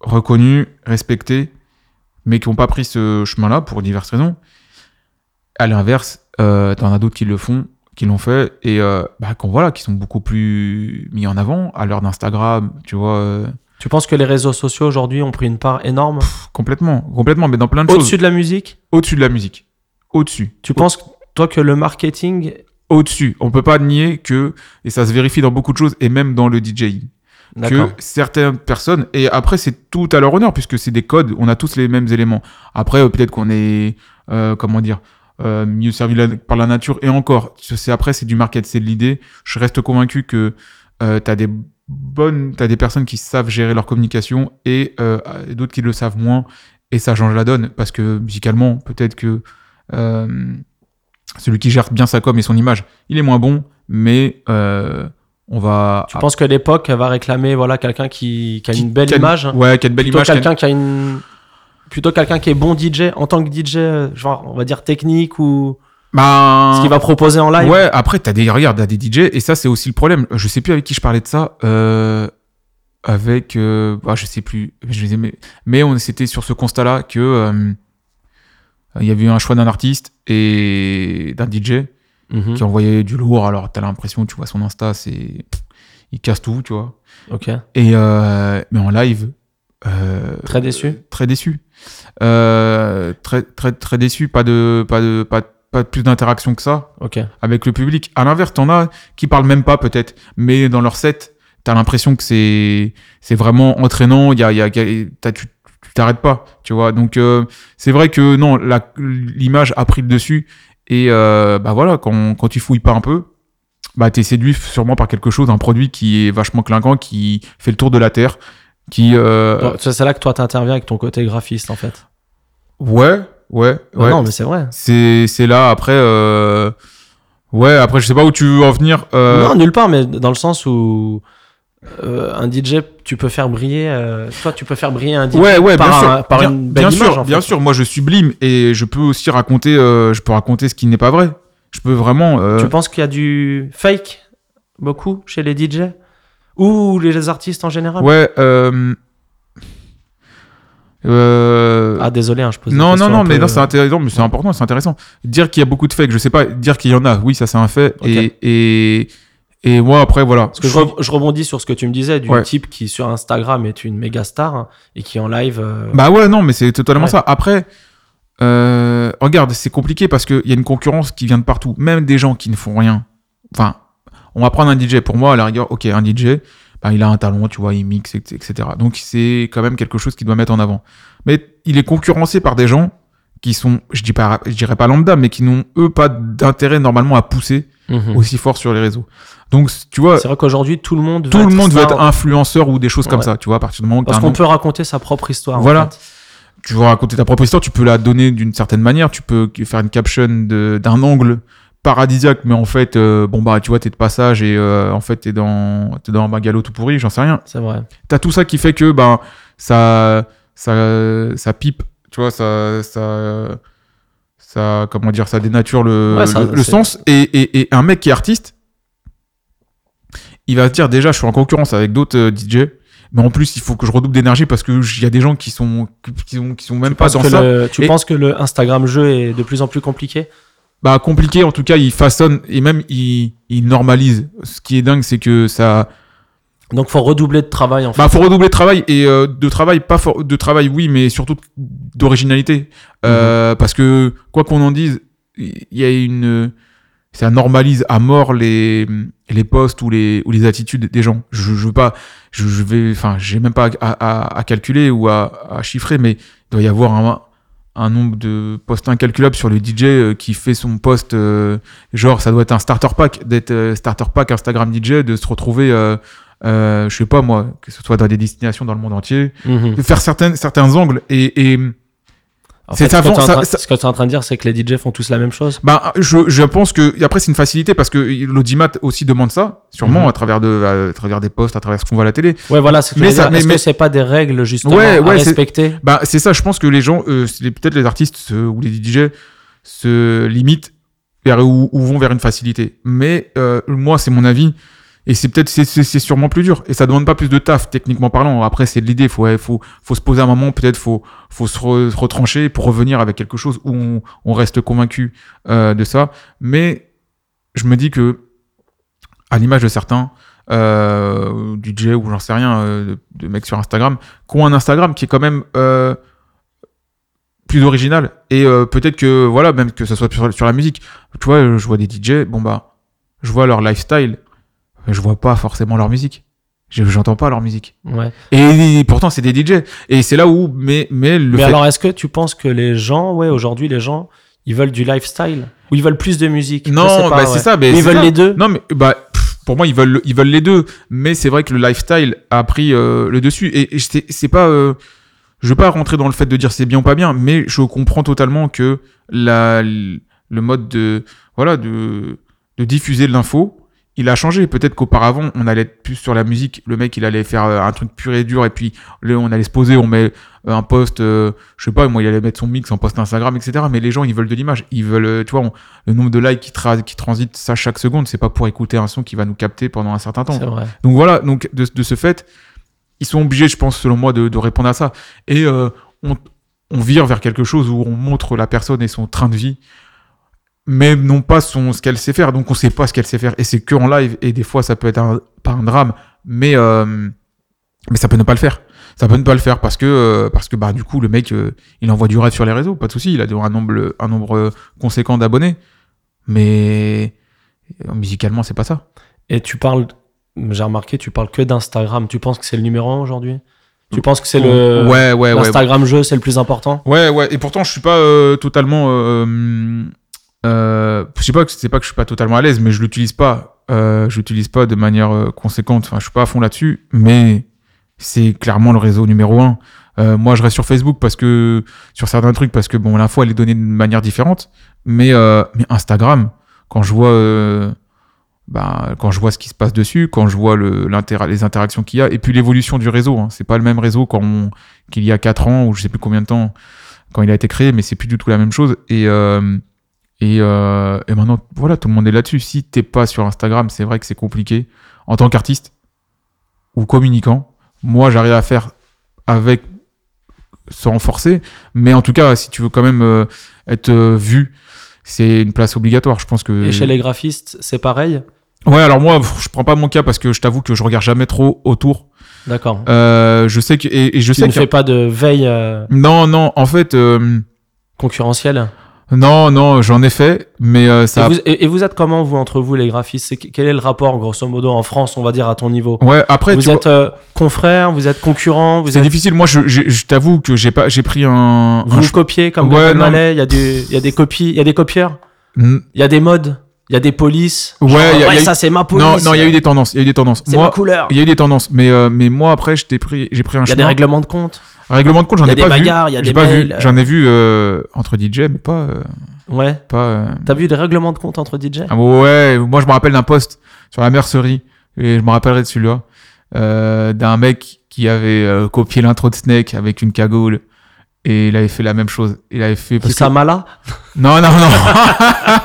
reconnus, respectés, mais qui n'ont pas pris ce chemin-là pour diverses raisons. À l'inverse, euh, t'en as d'autres qui le font, qui l'ont fait, et euh, bah, qu'on voilà, qui sont beaucoup plus mis en avant à l'heure d'Instagram, tu vois, euh, Tu penses que les réseaux sociaux aujourd'hui ont pris une part énorme pff, complètement, complètement, mais dans plein de au-dessus choses. de la musique Au-dessus de la musique. Au-dessus. Tu penses, toi, que le marketing. Au-dessus. On peut pas nier que, et ça se vérifie dans beaucoup de choses, et même dans le DJing. que D'accord. certaines personnes et après c'est tout à leur honneur puisque c'est des codes on a tous les mêmes éléments après euh, peut-être qu'on est euh, comment dire euh, mieux servi la- par la nature et encore c'est après c'est du market c'est de l'idée je reste convaincu que euh, t'as des bonnes t'as des personnes qui savent gérer leur communication et euh, d'autres qui le savent moins et ça change la donne parce que musicalement peut-être que euh, celui qui gère bien sa com et son image il est moins bon mais euh, on va Tu penses que l'époque va réclamer voilà, quelqu'un qui, qui a une belle qui a une- image hein. Ouais, qui a une belle Plutôt image. qui a une- quelqu'un qui a une. Plutôt quelqu'un qui est bon DJ en tant que DJ, euh, genre, on va dire technique ou Ben, ce qu'il va proposer en live. Ouais, après, t'as des, regarde, t'as des DJ, et ça, c'est aussi le problème. Je sais plus avec qui je parlais de ça, euh, avec, euh, bah, je sais plus, je les aimais. mais on, c'était sur ce constat-là que, euh, il y avait eu un choix d'un artiste et d'un DJ Mhm. qui envoyait du lourd, alors t'as l'impression, tu vois, son Insta, c'est, il casse tout, tu vois. Ok. Et, euh, mais en live, euh, Très déçu. très déçu. Euh, très, très, très déçu. Pas de, pas de, pas, pas de plus d'interaction que ça Ok. avec le public. À l'inverse, t'en as qui parlent même pas peut-être, mais dans leur set, t'as l'impression que c'est, c'est vraiment entraînant. Il y a, il y a, il y a- t'as- tu, tu t'arrêtes pas, tu vois. Donc euh, c'est vrai que non, la- l'image a pris le dessus et euh, bah voilà, quand, quand tu fouilles pas un peu. Bah, t'es séduit sûrement par quelque chose, un produit qui est vachement clinquant, qui fait le tour de la terre, qui euh, Donc, C'est c'est là que toi t'interviens avec ton côté graphiste en fait. ouais, ouais, Non, ouais. Ah non, mais c'est vrai. C'est c'est là après. euh, Ouais, après je sais pas où tu veux en venir. euh, Non, nulle part, mais dans le sens où euh, un DJ, tu peux faire briller. euh, toi, tu peux faire briller un DJ. ouais, ouais, par bien sûr, un- par bien, une belle bien image, sûr, en fait. bien sûr. Moi je sublime et je peux aussi raconter. euh, je peux raconter ce qui n'est pas vrai. Je peux vraiment. euh, Tu penses qu'il y a du fake beaucoup chez les DJ ou les artistes en général ouais. euh, euh, Ah, désolé, hein, je pose. des non, non, questions non, un mais peu- non, c'est intéressant, mais c'est important, c'est intéressant. Dire qu'il y a beaucoup de fakes, je sais pas. Dire qu'il y en a, oui, ça c'est un fait. Ok. Et et et moi après voilà. Parce que je, re- je rebondis sur ce que tu me disais du Ouais. type qui sur Instagram est une méga star hein, et qui en live. euh, Bah ouais, non, mais c'est totalement Ouais. ça. Après, euh, regarde, c'est compliqué parce qu'il y a une concurrence qui vient de partout. Même des gens qui ne font rien. Enfin, on va prendre un DJ. Pour moi, à la rigueur, ok, un DJ, bah, il a un talent, tu vois, il mixe, et- etc. Donc c'est quand même quelque chose qu'il doit mettre en avant. Mais il est concurrencé par des gens qui sont, je, dis pas, je dirais pas lambda, mais qui n'ont, eux, pas d'intérêt normalement à pousser mhm. aussi fort sur les réseaux. Donc, tu vois, C'est vrai qu'aujourd'hui tout le monde. tout le monde veut star être influenceur ou des choses comme hein. Ouais. ça, tu vois, à partir du moment où Parce t'as un qu'on nom. peut raconter sa propre histoire. en Voilà. fait. tu veux raconter ta propre histoire, tu peux la donner d'une certaine manière, tu peux faire une caption de- d'un angle paradisiaque, mais en fait, euh, bon bah tu vois, t'es de passage et euh, en fait t'es dans, t'es dans un bungalow tout pourri, j'en sais rien. C'est vrai. T'as tout ça qui fait que ben ça, ça, ça pipe, tu vois, ça, ça, ça, comment dire, ça dénature le, Ouais, ça- le, le c'est- sens. Et, et, et un mec qui est artiste, il va se dire déjà, je suis en concurrence avec d'autres euh, DJ. Mais en plus, il faut que je redouble d'énergie parce que j- il y a des gens qui sont qui sont, qui sont même pas Parce dans que ça. le- tu Et- penses que le Instagram jeu est de plus en plus compliqué bah compliqué en tout cas il façonne et même il, il normalise ce qui est dingue c'est que ça Donc faut redoubler de travail en fait. bah faut redoubler de travail et euh, de travail pas for- de travail oui mais surtout d'originalité Euh, parce que quoi qu'on en dise il y a une ça normalise à mort les les postes ou les ou les attitudes des gens je, je veux pas je, je vais enfin j'ai même pas à, à, à calculer ou à, à chiffrer mais il doit y avoir un un nombre de postes incalculables sur le DJ euh, qui fait son poste euh, genre ça doit être un starter pack d'être euh, starter pack Instagram DJ de se retrouver euh, euh, je sais pas moi que ce soit dans des destinations dans le monde entier Mhm. de faire certains certains angles et, et En C'est fait, ce, avant- que t'es en ça- train- ça- ce que tu es en train de dire, c'est que les DJ font tous la même chose. bah je, je pense que et après c'est une facilité parce que l'audimat aussi demande ça sûrement Mhm. à travers de à travers des posts à travers ce qu'on voit à la télé Ouais, voilà. c'est ce que Mais je veux ça- dire. mais- Est-ce que mais- c'est pas des règles justement Ouais, à ouais, c'est- respecter Bah, c'est ça, je pense que les gens, euh, c'est les- peut-être les artistes euh, ou les DJ se limitent vers, ou, ou vont vers une facilité. Mais euh, moi, c'est mon avis, Et c'est peut-être, c'est- c'est c'est sûrement plus dur. Et ça demande pas plus de taf, techniquement parlant. Après, c'est de l'idée. Faut, ouais, faut, faut se poser un moment. Peut-être faut, faut se re- se retrancher pour revenir avec quelque chose où on, on reste convaincu euh, de ça. Mais je me dis que, à l'image de certains, euh, DJ ou j'en sais rien, euh, de, de mecs sur Instagram, qui ont un Instagram qui est quand même euh, plus original. Et euh, peut-être que, voilà, même que ce soit sur, sur la musique. Tu vois, euh, je vois des DJ, bon bah, je vois leur lifestyle, mais je vois pas forcément leur musique. Je- J'entends pas leur musique. Ouais. Et, pourtant, c'est des DJ. Et c'est là où, mais, mais le Mais fait- alors, est-ce que tu penses que les gens, ouais, aujourd'hui, les gens, ils veulent du lifestyle ou ils veulent plus de musique Je sais Non, pas, bah, ouais. c'est ça. mais Mais c'est ils veulent ça. les deux. Non, mais bah, pff, pour moi, ils veulent, le- ils veulent les deux. Mais c'est vrai que le lifestyle a pris euh, le dessus. Et, et c'est c'est pas. euh, je veux pas rentrer dans le fait de dire c'est bien ou pas bien, mais je comprends totalement que la, le mode de. Voilà, de, de diffuser de l'info. Il a changé. Peut-être qu'auparavant, on allait être plus sur la musique. Le mec, il allait faire euh, un truc pur et dur, et puis le- on allait se poser, on met euh, un post, euh, je sais pas, moi, il allait mettre son mix en post Instagram, etc. Mais les gens, ils veulent de l'image. Ils veulent, euh, tu vois, on- le nombre de likes qui, tra- qui transitent ça chaque seconde, c'est pas pour écouter un son qui va nous capter pendant un certain temps. C'est vrai. Donc voilà, donc de, de ce fait, ils sont obligés, je pense, selon moi, de, de répondre à ça. Et euh, on, on vire vers quelque chose où on montre la personne et son train de vie, mais non pas son, ce qu'elle sait faire. Donc on sait pas ce qu'elle sait faire. Et c'est que en live. Et des fois, ça peut être un, pas un drame, mais, euh, mais ça peut ne pas le faire. Ça peut ne pas le faire parce que, euh, parce que bah, du coup, le mec, euh, il envoie du rêve sur les réseaux, pas de souci. Il a un nombre, un nombre euh, conséquent d'abonnés. Mais euh, musicalement, c'est pas ça. Et tu parles, j'ai remarqué, tu parles que d'Instagram. Tu penses que c'est le numéro un aujourd'hui Tu penses que c'est le ouais, ouais, ouais, l'Instagram jeu, c'est le plus important Ouais, ouais. Et pourtant, je suis pas euh, totalement. Euh, euh, je sais pas que c'est pas que je suis pas totalement à l'aise, mais je l'utilise pas. Euh, je l'utilise pas de manière euh, conséquente. Enfin, je suis pas à fond là-dessus, mais c'est clairement le réseau numéro un. Euh, moi, je reste sur Facebook parce que sur certains trucs parce que bon, l'info elle est donnée de manière différente. Mais euh, mais Instagram, quand je vois. euh, bah, quand je vois ce qui se passe dessus, quand je vois le, l'inter- les interactions qu'il y a, et puis l'évolution du réseau, hein. c'est pas le même réseau quand on- qu'il y a 4 ans ou je sais plus combien de temps quand il a été créé, mais c'est plus du tout la même chose. Et, euh, et, euh, et maintenant, voilà, tout le monde est là-dessus. Si t'es pas sur Instagram, c'est vrai que c'est compliqué. En tant qu'artiste ou communicant, moi, j'arrive à faire avec sans forcer, mais en tout cas, si tu veux quand même euh, être euh, vu, c'est une place obligatoire. Je pense que Et chez les graphistes, c'est pareil ouais. Alors moi, pff, je prends pas mon cas parce que je t'avoue que je regarde jamais trop autour. D'accord. Euh, je sais que et, et je tu sais ne que fais pas de veille euh, non, non. En fait, euh, concurrentielle non, non, j'en ai fait, mais euh, ça. et a vous, et- et vous êtes comment, vous, entre vous, les graphistes C'est- Quel est le rapport, grosso modo, en France, on va dire, à ton niveau Ouais, après, tu Vous vois, êtes euh, confrères, vous êtes concurrents, vous c'est êtes- difficile. Moi, je, je, je t'avoue que j'ai pas, j'ai pris un. un vous ch- copiez comme Ouais, des non. Malais, il y a du- il y a des copies, il y a des copieurs, N- il y a des modes, il y a des polices. Ouais, Genre, il y a- il y a eu- ça c'est ma police. euh. non, non, il y a eu des tendances. Il y a eu des tendances. C'est ma Moi, couleur. il y a eu des tendances, mais euh, mais moi après, je t'ai pris, j'ai pris un Il y a des chemin. règlements de compte, Règlement de compte, il j'en y ai a des pas vu. bagarres, il y a J'ai des pas vu. mails. J'en ai vu euh, entre DJ, mais pas euh, Ouais. pas. euh, T'as vu des règlements de compte entre DJ Ah ouais, moi je me rappelle d'un post sur la mercerie, et je me rappellerai de celui-là, euh, d'un mec qui avait euh, copié l'intro de Snake avec une cagoule, et il avait fait la même chose. Il avait fait... C'est parce que- ça Mala Non, non, non.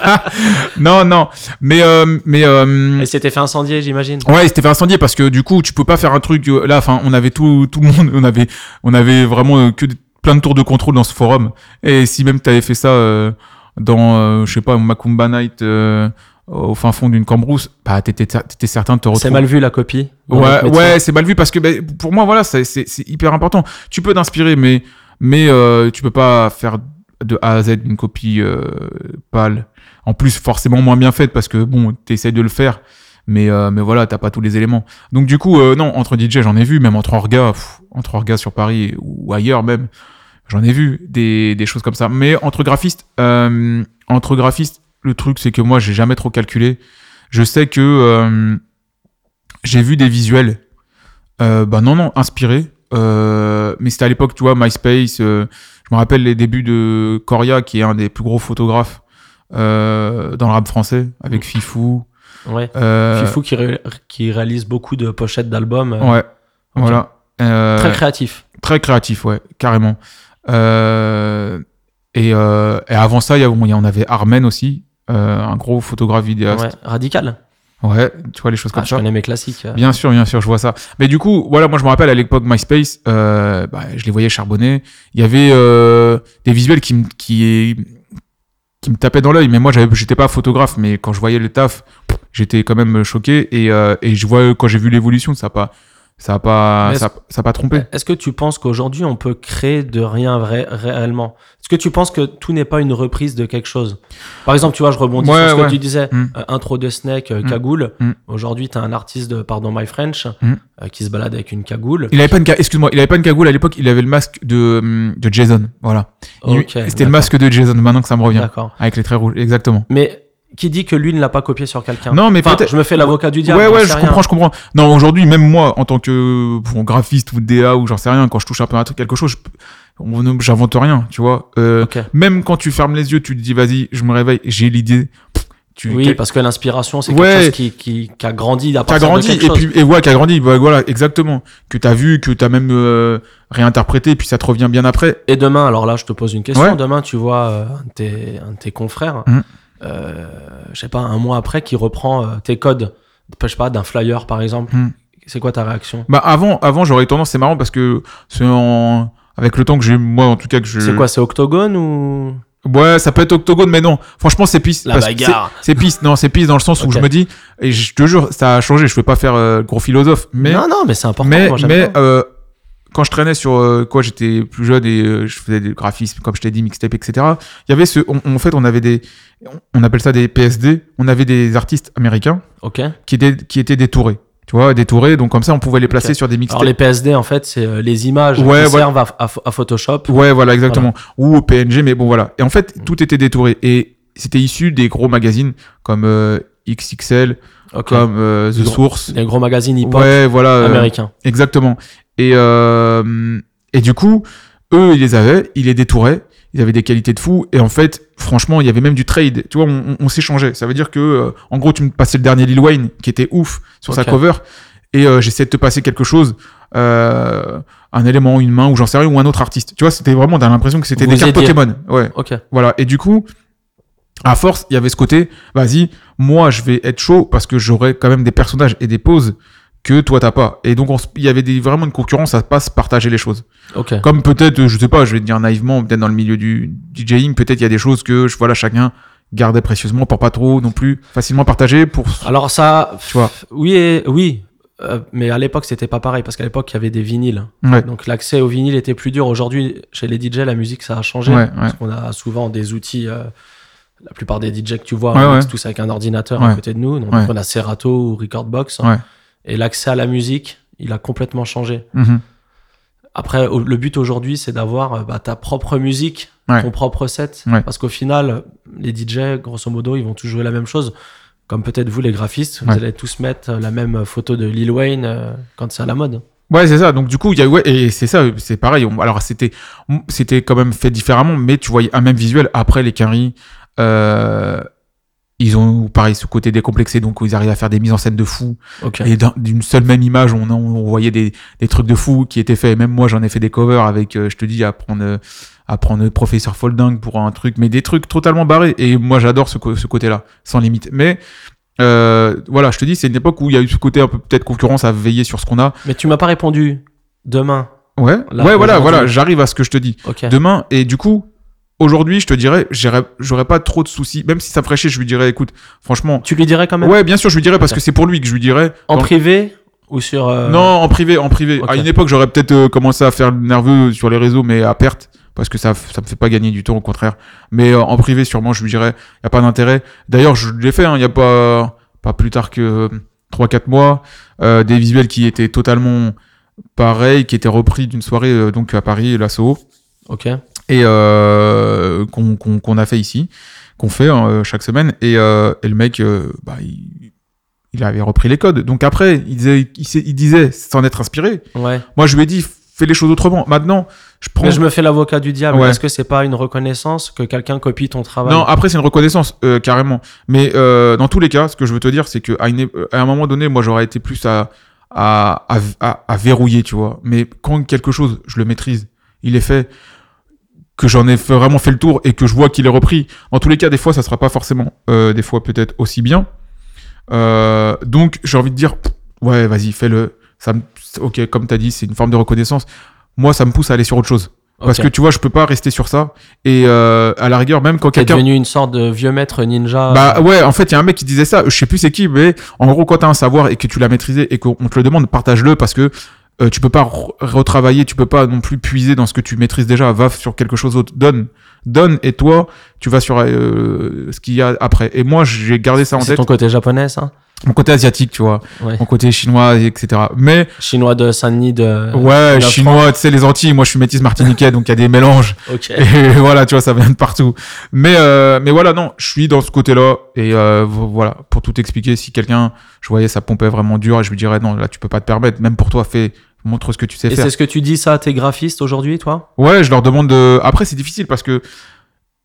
non, non. Mais... euh, mais euh, Et s'était fait incendier, j'imagine. Ouais, il s'était fait incendier parce que du coup, tu peux pas faire un truc euh, là. Enfin, on avait tout, tout le monde, on avait, on avait vraiment euh, que des- plein de tours de contrôle dans ce forum. Et si même t'avais fait ça euh, dans, euh, je sais pas, Macumba Night euh, au fin fond d'une cambrousse, bah t'étais, t'étais certain de te C'est retrouver. mal vu la copie. dans Ouais, notre métier. ouais, c'est mal vu parce que ben, pour moi, voilà, c'est, c'est, c'est hyper important. Tu peux t'inspirer, mais, mais euh, tu peux pas faire de A à Z une copie euh, pâle. En plus, forcément moins bien faite parce que bon, t'essayes de le faire, mais, euh, mais voilà, t'as pas tous les éléments. Donc du coup, euh, non, entre DJ, j'en ai vu, même entre orgas, pff, entre orgas sur Paris ou ailleurs même, j'en ai vu des, des choses comme ça. Mais entre graphistes, euh, entre graphistes, le truc c'est que moi, j'ai jamais trop calculé. Je sais que euh, j'ai vu des visuels. Euh, bah non, non, inspirés. Euh, mais c'était à l'époque, tu vois, MySpace. euh, je me rappelle les débuts de Coria, qui est un des plus gros photographes euh, dans le rap français, avec Fifou. Ouais. Euh, Fifou qui, ré- qui réalise beaucoup de pochettes d'albums. euh, Ouais, voilà. Euh, Très créatif. Très créatif, ouais, carrément. Euh, et, euh, et avant ça, il y a- on avait Armen aussi, euh, un gros photographe vidéaste. Ouais. Radical. Ouais, tu vois, les choses comme Ah, je ça. connais mes classiques. Bien sûr, bien sûr, je vois ça. Mais du coup, voilà, moi je me rappelle à l'époque MySpace, euh, bah, je les voyais charbonner. Il y avait euh, des visuels qui me qui, qui me tapaient dans l'œil, mais moi j'avais- j'étais pas photographe, mais quand je voyais le taf, j'étais quand même choqué. Et, euh, et je vois quand j'ai vu l'évolution, ça a pas ça a pas Mais ça, a- ça a pas trompé. Euh, Est-ce que tu penses qu'aujourd'hui on peut créer de rien vrai, réellement Est-ce que tu penses que tout n'est pas une reprise de quelque chose Par exemple, tu vois, je rebondis sur Ouais, ce ouais. que tu disais, Mm. euh, intro de Snake, euh, Mm. cagoule. Mm. Aujourd'hui, tu as un artiste de Pardon My French Mm. euh, qui se balade avec une cagoule. Il avait pas une ca- excuse-moi, il avait pas une cagoule à l'époque, il avait le masque de hum, de Jason, voilà. Il- Ok, C'était le d'accord, masque de Jason. Maintenant que ça me revient, D'accord. avec les traits rouges, exactement. Mais qui dit que lui ne l'a pas copié sur quelqu'un Non, mais Enfin, peut-être- je me fais l'avocat du diable. Ouais, j'en ouais, sais je rien. comprends, je comprends. Non, aujourd'hui, même moi, en tant que bon, graphiste ou DA ou j'en sais rien, quand je touche un peu à un truc, quelque chose, je peux- on ne- j'invente rien, tu vois. Euh, Ok. Même quand tu fermes les yeux, tu te dis, vas-y, je me réveille, j'ai l'idée. Pff, Tu Oui, quel- parce que l'inspiration, c'est Ouais. quelque chose qui, qui, qui a grandi à t'as partir grandi de quelque et chose. puis et ouais t'as grandi bah, voilà exactement que t'as vu que t'as même euh, réinterprété et puis ça te revient bien après Et demain, alors là, je te pose une question. Ouais. Demain, tu vois euh, un, de tes, un de tes confrères, Mhm. euh, je sais pas, un mois après, qui reprend euh, tes codes, je sais pas, d'un flyer par exemple. Mhm. C'est quoi ta réaction bah avant avant j'aurais eu tendance c'est marrant parce que c'est en avec le temps que j'ai moi en tout cas que je C'est quoi C'est octogone ou ouais ça peut être octogone mais non franchement c'est pisse la parce que c'est- bagarre C'est pisse, non, c'est pisse dans le sens où Ok. je me dis, et je te jure, ça a changé, je veux pas faire euh, gros philosophe, mais, Non, non, mais c'est important. mais, moi, j'aime mais, bien. euh, quand je traînais sur, euh, quoi, j'étais plus jeune et euh, je faisais des graphismes, comme je t'ai dit, mixtape, etc. Il y avait ce, on- en fait, on avait des, on, on appelle ça des PSD, on avait des artistes américains ok. qui étaient, qui étaient détourés. Tu vois, détourés, donc comme ça, on pouvait les placer Ok. sur des mixtapes. Alors les PSD, en fait, c'est euh, les images Ouais, qui ouais. servent à, à- à Photoshop. Ouais, voilà, exactement. Ou au PNG, mais bon, voilà. Et en Mm. fait, tout était détouré. Et c'était issu des gros magazines comme euh, XXL, Ok. comme euh, The Gros- Source. Les gros magazines hip-hop Ouais, voilà. euh, américains. exactement. Et, euh, et du coup, eux, ils les avaient, ils les détouraient, ils avaient des qualités de fou. Et en fait, franchement, il y avait même du trade. Tu vois, on, on- on s'échangeait. Ça veut dire que, euh, en gros, tu me passais le dernier Lil Wayne, qui était ouf sur sa Ok. cover, et euh, j'essayais de te passer quelque chose. euh, un élément, une main, ou j'en sais rien, ou un autre artiste. Tu vois, c'était vraiment, t'as l'impression que c'était Vous des cartes aidiez. Pokémon. Ouais. Ok. Voilà. Et du coup, à force, il y avait ce côté, vas-y, moi, je vais être chaud parce que j'aurai quand même des personnages et des poses que toi, t'as pas. Et donc, on se- il y avait des- vraiment une concurrence à pas se partager les choses. Ok. Comme peut-être, euh, je sais pas, je vais dire naïvement, peut-être dans le milieu du DJing, peut-être il y a des choses que, je- voilà, chacun gardait précieusement pour pas trop non plus facilement partager pour Alors ça, tu vois oui, et, oui. euh, mais à l'époque, c'était pas pareil parce qu'à l'époque, il y avait des vinyles. ouais Donc l'accès au vinyle était plus dur. Aujourd'hui, chez les DJ, la musique, ça a changé. ouais ouais Parce qu'on a souvent des outils. euh, la plupart des DJ que tu vois, Ouais, on ouais. mixe tous avec un ordinateur à Ouais. côté de nous. Donc Ouais. on a Serato ou Recordbox. Ouais. Et l'accès à la musique, il a complètement changé. Mhm. Après, au- le but aujourd'hui, c'est d'avoir euh, bah, ta propre musique, Ouais. ton propre set. Ouais. Parce qu'au final, les DJ, grosso modo, ils vont tous jouer la même chose. Comme peut-être vous, les graphistes, vous Ouais. allez tous mettre euh, la même photo de Lil Wayne euh, quand c'est à la mode. Ouais, c'est ça. Donc du coup, il y a ouais, et c'est ça, c'est pareil. On- alors c'était c'était quand même fait différemment, mais tu voyais un même visuel après les Quinry, euh, ils ont pareil ce côté décomplexé, donc ils arrivaient à faire des mises en scène de fou. Ok. Et d'un- d'une seule même image, on, on voyait des, des trucs de fou qui étaient faits. Et même moi, j'en ai fait des covers avec, euh, je te dis, à prendre euh, à prendre Professeur Folding pour un truc, mais des trucs totalement barrés. Et moi, j'adore ce, co- ce côté-là, sans limite. Mais euh, voilà, je te dis, c'est une époque où il y a eu ce côté un peu peut-être concurrence à veiller sur ce qu'on a. Mais tu m'as pas répondu. Demain. Ouais, Là, ouais, voilà, aujourd'hui. voilà, j'arrive à ce que je te dis. Ok. Demain, et du coup, aujourd'hui, je te dirais, j'irai- j'aurais pas trop de soucis. Même si ça me ferait chier, je lui dirais, écoute, franchement. Tu lui dirais quand même Ouais, bien sûr, je lui dirais parce Ok. que c'est pour lui que je lui dirais. En Dans- privé ou sur. euh, Non, en privé, en privé. Ok. À une époque, j'aurais peut-être euh, commencé à faire le nerveux sur les réseaux, mais à perte. Parce que ça, f- ça me fait pas gagner du temps, au contraire. Mais euh, en privé, sûrement, je lui dirais, y a pas d'intérêt. D'ailleurs, je l'ai fait, il hein, y a pas, pas plus tard que euh, 3-4 mois. euh, des visuels qui étaient totalement pareils, qui étaient repris d'une soirée, euh, donc à Paris, la Soho Ok. et euh, qu'on qu'on- qu'on a fait ici, qu'on fait hein, euh, chaque semaine. Et, euh, et le mec, euh, bah, il, il avait repris les codes. Donc après, il disait, il, s'est- il disait s'en être inspiré. Ouais. Moi, je lui ai dit, fais les choses autrement. Maintenant, je prends. Mais je me fais l'avocat du diable. Ouais. Est-ce que c'est pas une reconnaissance que quelqu'un copie ton travail Non, après c'est une reconnaissance euh, carrément. Mais euh, dans tous les cas, ce que je veux te dire, c'est que à, une é- à un moment donné, moi j'aurais été plus à à, à, à- à verrouiller, tu vois. Mais quand quelque chose, je le maîtrise, il est fait, que j'en ai fait- vraiment fait le tour et que je vois qu'il est repris. En tous les cas, des fois, ça sera pas forcément, euh, des fois peut-être aussi bien. Euh, donc, j'ai envie de dire, pff, ouais, vas-y, fais-le. Ça me- Ok, comme t'as dit, c'est une forme de reconnaissance. Moi, ça me pousse à aller sur autre chose. Parce que tu vois, je peux pas rester sur ça. Et euh, à la rigueur, même quand t'es quelqu'un. devenu une sorte de vieux maître ninja. Bah ouais, en fait, il y a un mec qui disait ça, je sais plus c'est qui, mais en gros, quand t'as un savoir et que tu l'as maîtrisé et qu'on te le demande, partage-le parce que euh, tu peux pas re- retravailler, tu peux pas non plus puiser dans ce que tu maîtrises déjà, va sur quelque chose d'autre, donne, donne, et toi, tu vas sur euh, ce qu'il y a après. Et moi, j'ai gardé ça en c'est tête, ton côté japonais, ça mon côté asiatique, tu vois, Ouais. mon côté chinois, etc. Mais Chinois de Saint-Denis de. ouais, Euh, la chinois, tu sais, les Antilles, moi je suis métis martiniquais, donc il y a des mélanges. Ok. Et voilà, tu vois, ça vient de partout. Mais, euh, mais voilà, non, je suis dans ce côté-là. Et euh, vo- voilà, pour tout expliquer, si quelqu'un, je voyais, ça pompait vraiment dur, et je lui dirais, non, là, tu peux pas te permettre. Même pour toi, fais, montre ce que tu sais Et faire. c'est ce que tu dis ça à tes graphistes aujourd'hui, toi Ouais, je leur demande de... Après, c'est difficile parce que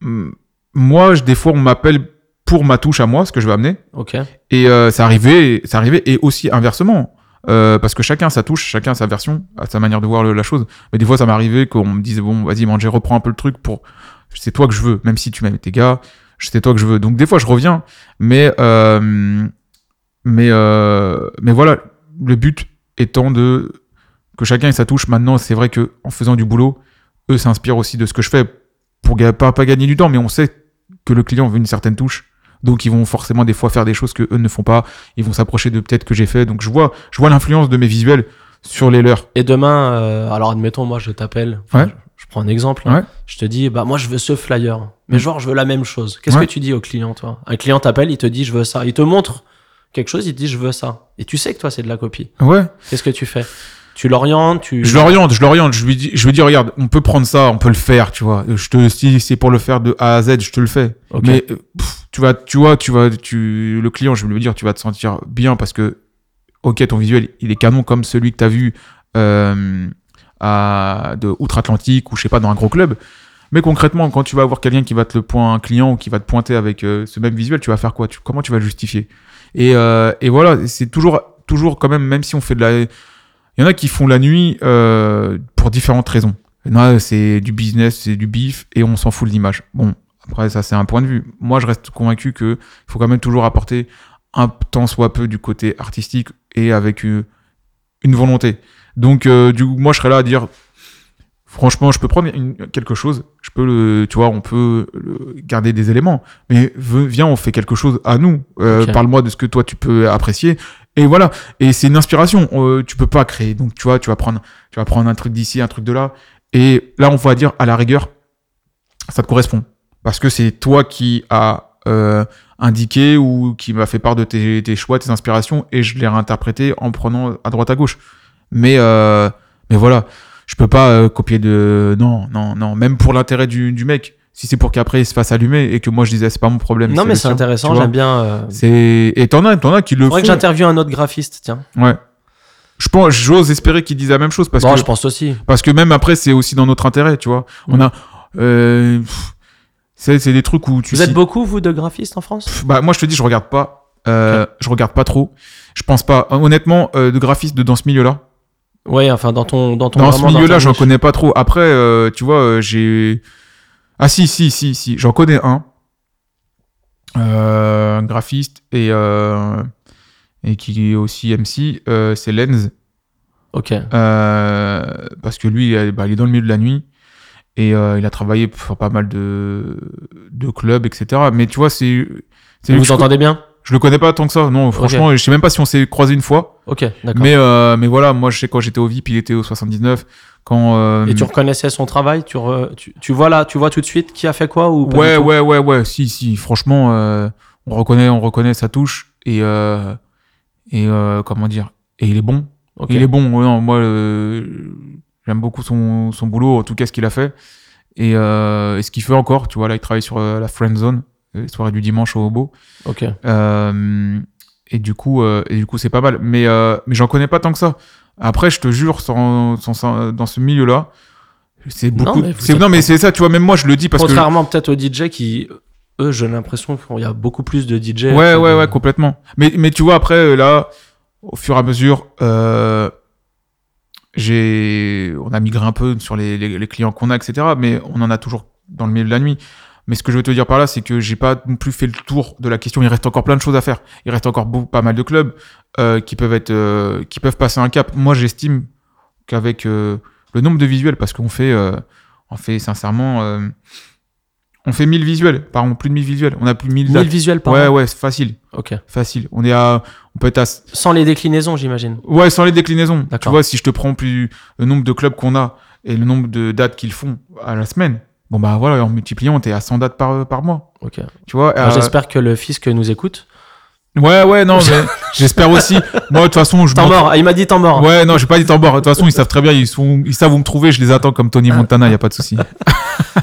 hum, moi, je, des fois, on m'appelle pour ma touche à moi, ce que je vais amener. Ok. Et euh, c'est arrivé, c'est arrivé, et aussi inversement. Euh, parce que chacun sa touche, chacun sa version, à sa manière de voir le- la chose. Mais des fois, ça m'arrivait qu'on me dise bon, vas-y, Manjé, reprends un peu le truc pour. C'est toi que je veux, même si tu m'aimes tes gars, c'est toi que je veux. Donc des fois, je reviens, mais euh, mais euh, mais voilà, le but étant de que chacun ait sa touche. Maintenant, c'est vrai que en faisant du boulot, eux s'inspirent aussi de ce que je fais pour ga- pas pas gagner du temps, mais on sait que le client veut une certaine touche. Donc ils vont forcément des fois faire des choses que eux ne font pas. Ils vont s'approcher de peut-être que j'ai fait. Donc je vois, je vois l'influence de mes visuels sur les leurs. Et demain, euh, alors admettons, moi je t'appelle. Enfin, Ouais. Je je prends un exemple. hein. Ouais. Je te dis, bah moi je veux ce flyer. Mais Mm. genre, je veux la même chose. Qu'est-ce Ouais. que tu dis au client, toi Un client t'appelle, il te dit, je veux ça. Il te montre quelque chose, il te dit, je veux ça. Et tu sais que toi, c'est de la copie. Ouais. Qu'est-ce que tu fais Tu l'orientes, tu. Je l'oriente, je l'oriente. Je lui dis, je lui dis, regarde, on peut prendre ça, on peut le faire, tu vois. Je te, si c'est pour le faire de A à Z, je te le fais. Ok. Mais euh, pff, tu vas, tu vois, tu vas, tu, le client, je vais lui dire, tu vas te sentir bien parce que, ok, ton visuel, il est canon comme celui que t'as vu euh, à de outre-Atlantique ou je sais pas dans un gros club. Mais concrètement, quand tu vas avoir quelqu'un qui va te le point, un client ou qui va te pointer avec euh, ce même visuel, tu vas faire quoi Tu- Comment tu vas le justifier et, euh, et voilà, c'est toujours, toujours quand même, même si on fait de la, il y en a qui font la nuit euh, pour différentes raisons. Il y en a, c'est du business, c'est du bif, et on s'en fout de l'image. Bon, après, ça, c'est un point de vue. Moi, je reste convaincu que il faut quand même toujours apporter un tant soit peu du côté artistique et avec euh, une volonté. Donc, euh, du coup, moi, je serais là à dire, franchement, je peux prendre une- quelque chose, je peux le, tu vois, on peut le- garder des éléments, mais ve- viens, on fait quelque chose à nous. Euh, Ok. Parle-moi de ce que toi, tu peux apprécier. Et voilà. Et c'est une inspiration. Euh, tu peux pas créer. Donc, tu vois, tu vas prendre, tu vas prendre un truc d'ici, un truc de là. Et là, on va dire, à la rigueur, ça te correspond. Parce que c'est toi qui as euh, indiqué ou qui m'a fait part de tes, tes choix, tes inspirations, et je l'ai réinterprété en prenant à droite à gauche. Mais, euh, mais voilà, je peux pas euh, copier de. Non, non, non. Même pour l'intérêt du, du mec. Si c'est pour qu'après il se fasse allumer et que moi je disais c'est pas mon problème. non, mais le c'est tien, tu intéressant, vois. j'aime bien. Euh... C'est et t'en as, t'en as qui le Faudrait que font. j'interviewe un autre graphiste, tiens. Ouais. Je pense, j'ose espérer qu'ils disent la même chose parce Bon, que je pense aussi. parce que même après c'est aussi dans notre intérêt, tu vois. On Mm. a euh, pff, c'est c'est des trucs où tu Vous êtes cites- beaucoup, vous, de graphistes en France Pff, bah moi je te dis je regarde pas, euh, je regarde pas trop. Je pense pas honnêtement euh, de graphistes de dans ce milieu-là. Ouais, enfin, dans ton. Dans, ton Dans ce vraiment, milieu-là, ta j'en niche. connais pas trop. Après euh, tu vois, euh, j'ai Ah si si si si, j'en connais un. Euh, un graphiste et euh, et qui est aussi MC, euh, c'est Lens. Ok. Euh, parce que lui, euh, bah, il est dans le milieu de la nuit et euh, il a travaillé pour pas mal de, de clubs, etc. Mais tu vois, c'est. c'est lui que Vous je, entendez bien je le connais pas tant que ça. Non, franchement, je sais même pas si on s'est croisé une fois. Ok, d'accord. Mais, euh, mais voilà, moi, je sais quand j'étais au VIP, il était au 79. Quand, euh, Et tu reconnaissais son travail tu, re- tu, tu vois là, tu vois tout de suite qui a fait quoi ou pas ouais, du tout ouais, ouais, ouais. Si, si. Franchement, euh, on reconnaît, on reconnaît sa touche et euh, et euh, comment dire. Et il est bon. Ok. Il est bon. ouais, non, moi, euh, j'aime beaucoup son, son boulot, en tout cas ce qu'il a fait et, euh, et ce qu'il fait encore. Tu vois, là, il travaille sur euh, la friend zone, les soirées du dimanche au Hobo. Ok. Euh, et du coup, euh, et du coup, c'est pas mal. Mais, euh, mais j'en connais pas tant que ça. Après, je te jure, sans, sans- sans- dans ce milieu-là, c'est Non, beaucoup. mais vous c'est- êtes- Non, mais c'est ça. Tu vois, même moi, je le dis parce que. Contrairement peut-être aux DJ qui, eux, j'ai l'impression qu'il y a beaucoup plus de euh, DJ. Ouais, que ouais, de- ouais, complètement. Mais, mais tu vois, après, euh, là, au fur et à mesure, euh, j'ai, on a migré un peu sur les, les- les clients qu'on a, etc. Mais on en a toujours dans le milieu de la nuit. Mais ce que je veux te dire par là, c'est que j'ai pas non plus fait le tour de la question. Il reste encore plein de choses à faire. Il reste encore beaucoup, pas mal de clubs euh, qui peuvent être, euh, qui peuvent passer un cap. Moi, j'estime qu'avec euh, le nombre de visuels, parce qu'on fait, euh, on fait sincèrement, euh, on fait 1000 visuels, pardon, plus de 1000 visuels. On a plus de 1000 1000 dates. visuels par Ouais, an. ouais, c'est facile, Ok. facile. On est à, on peut être à Sans les déclinaisons, j'imagine. Ouais, sans les déclinaisons. Tu D'accord. vois, si je te prends plus le nombre de clubs qu'on a et le nombre de dates qu'ils font à la semaine, bon bah voilà, en multipliant, t'es à 100 dates par, par mois. Ok. Tu vois Alors, euh, J'espère que le fisc nous écoute. Ouais, ouais, non, mais j'espère aussi. Moi, de toute façon, je. Temps m'en- mort. Ah, il m'a dit temps mort. Ouais, non, j'ai pas dit temps mort. De toute façon, ils savent très bien, ils, sont... ils savent où me trouver, je les attends comme Ah. Tony Montana, y a pas de souci.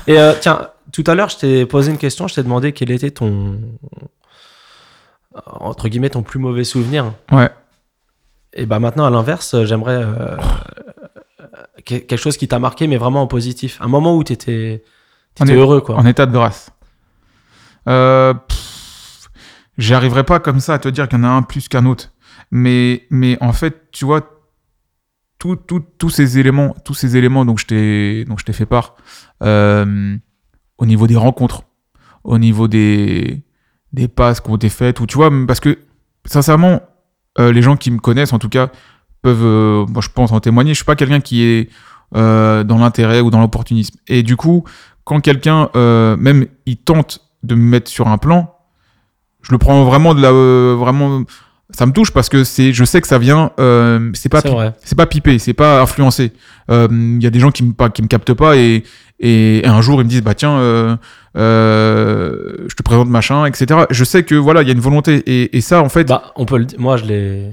Et euh, tiens, tout à l'heure, je t'ai posé une question. Je t'ai demandé quel était ton entre guillemets ton plus mauvais souvenir. Ouais. Et bah maintenant, à l'inverse, euh, j'aimerais euh, euh, que- quelque chose qui t'a marqué, mais vraiment en positif. Un moment où t'étais On étais est- heureux, quoi. En état de grâce. Euh, pff, J'arriverai pas comme ça à te dire qu'il y en a un plus qu'un autre. Mais, mais en fait, tu vois, tout- tout- tous ces éléments, tous ces éléments dont je t'ai dont je t'ai fait part, euh, au niveau des rencontres, au niveau des, des passes qui ont été faites, ou tu vois, parce que sincèrement, euh, les gens qui me connaissent, en tout cas, peuvent, euh, moi je pense en témoigner, je suis pas quelqu'un qui est euh, dans l'intérêt ou dans l'opportunisme. Et du coup, quand quelqu'un euh, même il tente de me mettre sur un plan, je le prends vraiment de la euh, vraiment ça me touche parce que c'est je sais que ça vient euh, c'est pas C'est vrai. c'est pas pipé, c'est pas influencé. Euh, Il y a des gens qui me, pa- qui me captent pas et, et, et un jour ils me disent bah tiens euh, euh, je te présente machin etc. Je sais que voilà il y a une volonté et, et ça en fait Bah, on peut le dire. Moi, je l'ai.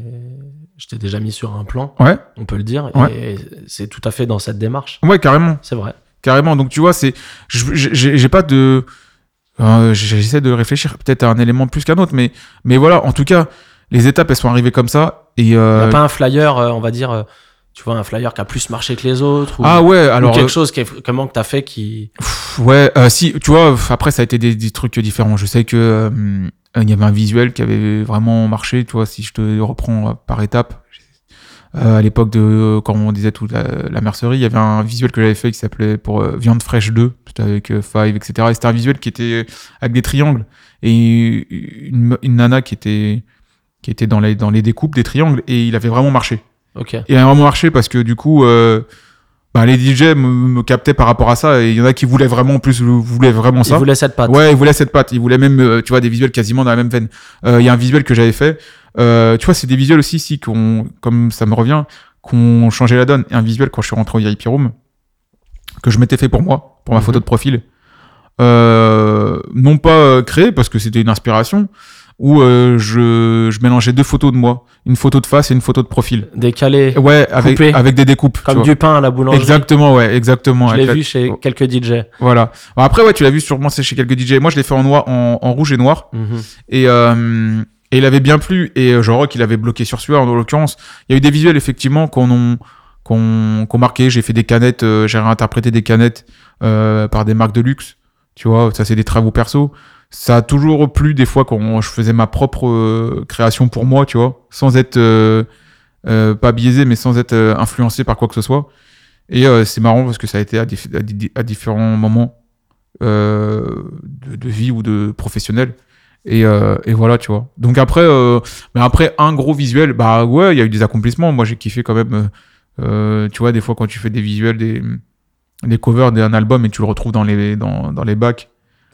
Je t'ai déjà mis sur un plan, ouais on peut le dire, et Ouais. c'est tout à fait dans cette démarche. ouais carrément C'est vrai. carrément. Donc tu vois c'est je- j'ai- j'ai j'ai pas de euh, j'essaie de réfléchir peut-être à un élément plus qu'un autre mais mais voilà en tout cas les étapes elles sont arrivées comme ça et Il euh, a pas un flyer, euh, on va dire, euh, tu vois, un flyer qui a plus marché que les autres, ou, ah ouais ou alors quelque euh, chose qui est, comment que t'as fait qui. Pff, Ouais, euh, si, tu vois, pff, après, ça a été des, des trucs différents. Je sais que euh, hum, il y avait un visuel qui avait vraiment marché, tu vois, si je te reprends euh, par étapes. Euh, à l'époque de, quand on disait toute la, la mercerie, il y avait un visuel que j'avais fait qui s'appelait pour euh, Viande fraîche 2, c'était avec euh, Five, etc. Et c'était un visuel qui était avec des triangles et une, me- une nana qui était, qui était dans les, dans les découpes des triangles et il avait vraiment marché. Ok. Et il a vraiment marché parce que du coup, euh, bah, les DJ me, me captaient par rapport à ça. Et il y en a qui voulaient vraiment en plus, voulaient vraiment Il ça. voulait cette patte. Ouais, ils voulaient cette patte. Ils voulaient même, euh, tu vois, des visuels quasiment dans la même veine. Euh, Il y a un visuel que j'avais fait. Euh, tu vois, c'est des visuels aussi, si, qu'on, comme ça me revient, qu'on changé la donne. Et un visuel quand je suis rentré au VIP Room, que je m'étais fait pour moi, pour ma Mhm. photo de profil. Euh, non pas euh, créé parce que c'était une inspiration où euh, je, je mélangeais deux photos de moi une photo de face et une photo de profil Décalé, Ouais, avec, Coupé. avec des découpes. tu comme vois. du pain à la boulangerie. Exactement, ouais, exactement. Je avec l'ai la- vu chez Oh. quelques DJ. Voilà. Bon, Après, ouais, tu l'as vu sûrement, c'est chez quelques DJ. Moi, je l'ai fait en noir, en, en rouge et noir. Mhm. Et, euh, et il avait bien plu. Et euh, genre, qu'il avait bloqué sur sueur, en l'occurrence. Il y a eu des visuels, effectivement, qu'on ont, qu'on, qu'on marquait. J'ai fait des canettes, euh, j'ai réinterprété des canettes euh, par des marques de luxe. Tu vois, ça, c'est des travaux perso. Ça a toujours plu des fois quand je faisais ma propre euh, création pour moi, tu vois, sans être euh, euh, pas biaisé, mais sans être euh, influencé par quoi que ce soit. Et euh, c'est marrant parce que ça a été à, dif- à di- à différents moments euh, de, de vie ou de professionnel. Et, euh, et voilà, tu vois. Donc après, euh, mais après un gros visuel, bah ouais, il y a eu des accomplissements. Moi, j'ai kiffé quand même. euh, euh, tu vois, des fois, quand tu fais des visuels, des, des covers d'un album et tu le retrouves dans les, dans, dans les bacs,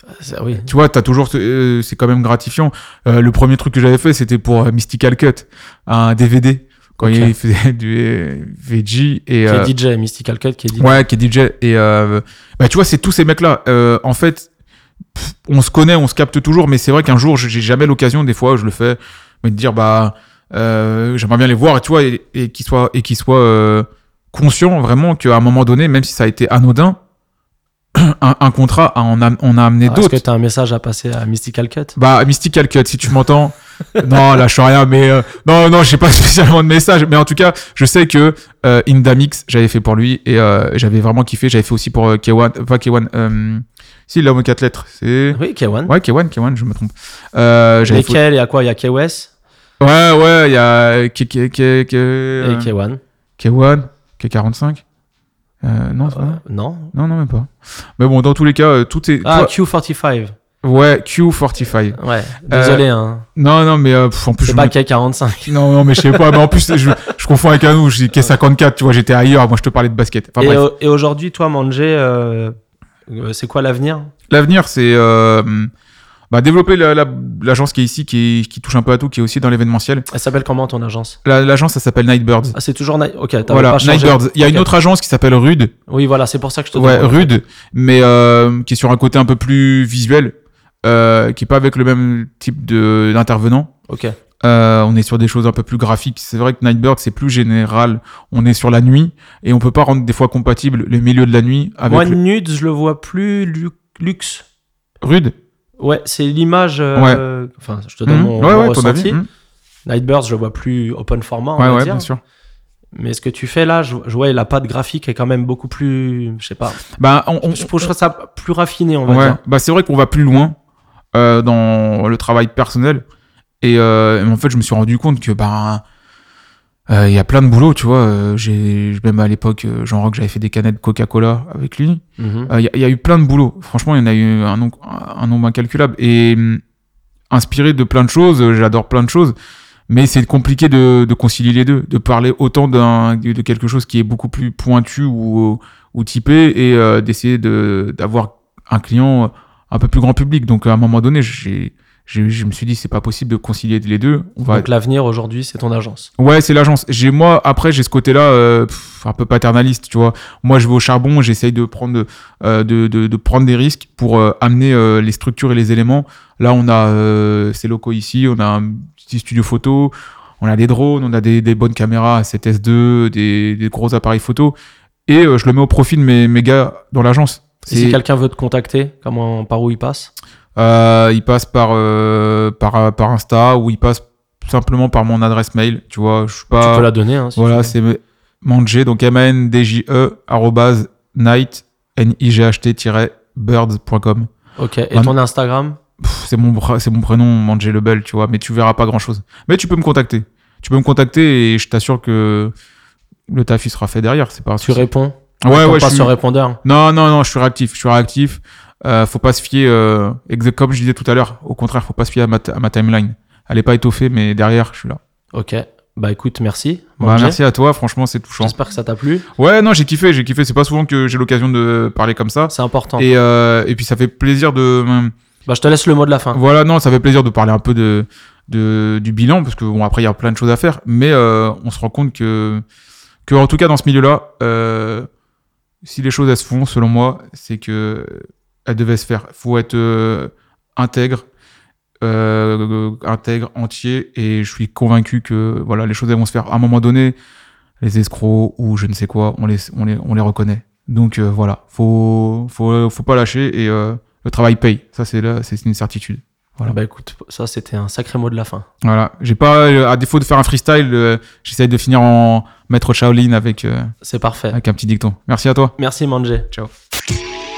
Euh, Ça, oui. tu vois, t'as toujours, ce- euh, c'est quand même gratifiant. Euh, le premier truc que j'avais fait, c'était pour euh, Mystical Cut, un DVD quand Ok. il faisait du euh, VG et Qui euh, est DJ, Mystical Cut, qui est DJ. ouais, qui est DJ et euh, bah tu vois, c'est tous ces mecs là. en fait, pff, on se connaît, on se capte toujours, mais c'est vrai qu'un jour, j'ai jamais l'occasion. Des fois, je le fais, mais de dire bah euh, j'aimerais bien les voir et tu vois et, et qu'ils soient et qu'ils soient euh, conscients vraiment qu'à un moment donné, même si ça a été anodin, un, un contrat a- en a, on a amené Alors, Est-ce d'autres. Ah, que t'as un message à passer à Mystical Cut Bah, Mystical Cut, si tu m'entends. non, lâche rien, mais euh, non, non, j'ai pas spécialement de message. Mais en tout cas, je sais que euh, Indamix, j'avais fait pour lui et euh, j'avais vraiment kiffé. J'avais fait aussi pour euh, K1, pas K1, euh, si l'homme aux quatre lettres, c'est Oui, K1. ouais K1, K1, je me trompe. Euh, j'avais fait... Lesquels et à quoi Il y a KWS Ouais, ouais, il y a euh, K, K, K, K, et euh, K1. K1, K45. Euh, non, c'est pas Euh, là non. non, non, même pas. Mais bon, dans tous les cas, euh, tout est. Ah, toi- Q45. Ouais, Q45. Ouais, désolé, hein. Non, non, mais euh, pff, en plus, je C'est pas me- K45. non, non, mais je sais pas. mais en plus, je, je confonds avec un nous. J'ai K54, tu vois, j'étais ailleurs. Moi, je te parlais de basket. Enfin, et bref. au- et aujourd'hui, toi, Mangé, euh, euh, c'est quoi l'avenir L'avenir, c'est euh, bah, développer la- la- l'agence qui est ici, qui, est- qui touche un peu à tout, qui est aussi dans l'événementiel. Elle s'appelle comment ton agence La- L'agence, ça s'appelle Nightbirds. Ah, c'est toujours Night. Ok, t'as Voilà, pas changé. Nightbirds. Il y a Ok. une autre agence qui s'appelle Rude, Oui, voilà, c'est pour ça que je te ouais, demande. Rude, mais euh, qui est sur un côté un peu plus visuel, euh, qui est pas avec le même type de- d'intervenant. Ok. Euh, on est sur des choses un peu plus graphiques. C'est vrai que Nightbird, c'est plus général. On est sur la nuit et on peut pas rendre des fois compatible le milieu de la nuit avec Moi, le- nude, je le vois plus lu- luxe. Rude. Ouais, c'est l'image. euh, Enfin, je te donne Mhm. mon, ouais, mon ouais, ton ressenti. avis. Mhm. Nightbirds, je le vois plus open format, on Ouais, va ouais, dire. bien sûr. Mais ce que tu fais là, je, je vois, la patte graphique est quand même beaucoup plus, je sais pas. Bah, on, on- je trouve ça plus raffiné, on va ouais. dire. Bah, c'est vrai qu'on va plus loin euh, dans le travail personnel. Et euh, en fait, je me suis rendu compte que ben euh, il y a plein de boulot, tu vois. Euh, J'ai même à l'époque, euh, jean rock j'avais fait des canettes Coca-Cola avec lui. Mhm. Euh, Il y, a- il y a eu plein de boulot. Franchement, il y en a eu un nombre, un nombre incalculable. Et hum, inspiré de plein de choses, euh, j'adore plein de choses. Mais c'est compliqué de, de concilier les deux, de parler autant d'un de quelque chose qui est beaucoup plus pointu ou, euh, ou typé et euh, d'essayer de d'avoir un client euh, un peu plus grand public. Donc à un moment donné, j'ai j'ai- je me suis dit c'est pas possible de concilier les deux. On va Donc l'avenir aujourd'hui, c'est ton agence. Ouais, c'est l'agence. J'ai moi après j'ai ce côté-là euh, pff, un peu paternaliste, tu vois. Moi je vais au charbon, j'essaye de prendre euh, de, de, de prendre des risques pour euh, amener euh, les structures et les éléments. Là on a euh, ces locaux ici, on a un petit studio photo, on a des drones, on a des, des bonnes caméras, 7S2, des, des gros appareils photo, et euh, je le mets au profit de mes, mes gars dans l'agence. Et si quelqu'un veut te contacter, comment, par où il passe Euh, il passe par, euh, par par Insta ou il passe simplement par mon adresse mail. Tu vois, je suis pas. Tu peux la donner. Hein, si Ah. Voilà, tu veux. c'est Manje, donc M-A-N-D-J-E, E arrobase, night, N-I-G-H-T-birds.com. Ok. Et Ah, ton Instagram Pff, C'est mon, bra- c'est mon prénom, Manje Lebel, tu vois, mais tu verras pas grand chose. Mais tu peux me contacter. Tu peux me contacter et je t'assure que le taf il sera fait derrière. C'est pas un Tu souci. réponds Ouais, ouais, pas je suis- sur répondeur. Non, non, non, je suis réactif. Je suis réactif. Euh, faut pas se fier, euh, exa- comme je disais tout à l'heure, au contraire, faut pas se fier à ma, t- à ma timeline. Elle est pas étoffée, mais derrière, je suis là. Ok. Bah écoute, merci. Bah, Manger. merci à toi, franchement, c'est touchant. J'espère que ça t'a plu. Ouais, non, j'ai kiffé, j'ai kiffé. C'est pas souvent que j'ai l'occasion de parler comme ça. C'est important. Et, euh, et puis ça fait plaisir de. Bah, je te laisse le mot de la fin. Voilà, non, ça fait plaisir de parler un peu de, de- du bilan, parce que bon, après, il y a plein de choses à faire, mais euh, on se rend compte que, que, en tout cas, dans ce milieu-là, euh, si les choses, elles se font, selon moi, c'est que elles devaient se faire. faut être euh, intègre, euh, intègre, entier, et je suis convaincu que voilà, les choses, elles vont se faire. À un moment donné, les escrocs ou je ne sais quoi, on les, on les, on les reconnaît. Donc euh, voilà, faut, faut, faut pas lâcher et euh, le travail paye. Ça, c'est là- c'est une certitude. Voilà. Bah écoute, ça c'était un sacré mot de la fin. Voilà, j'ai pas, euh, à défaut de faire un freestyle, euh, j'essaye de finir en maître Shaolin avec, euh, C'est parfait. avec un petit dicton. Merci à toi. Merci Mangé. Ciao.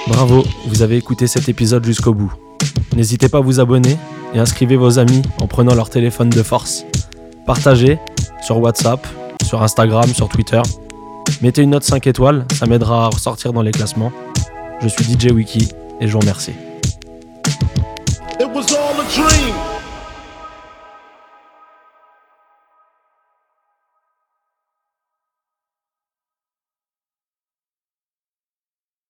Bravo, vous avez écouté cet épisode jusqu'au bout. N'hésitez pas à vous abonner et inscrivez vos amis en prenant leur téléphone de force. Partagez sur WhatsApp, sur Instagram, sur Twitter. Mettez une note 5 étoiles, ça m'aidera à ressortir dans les classements. Je suis DJ Wiki et je vous remercie. It was all a dream.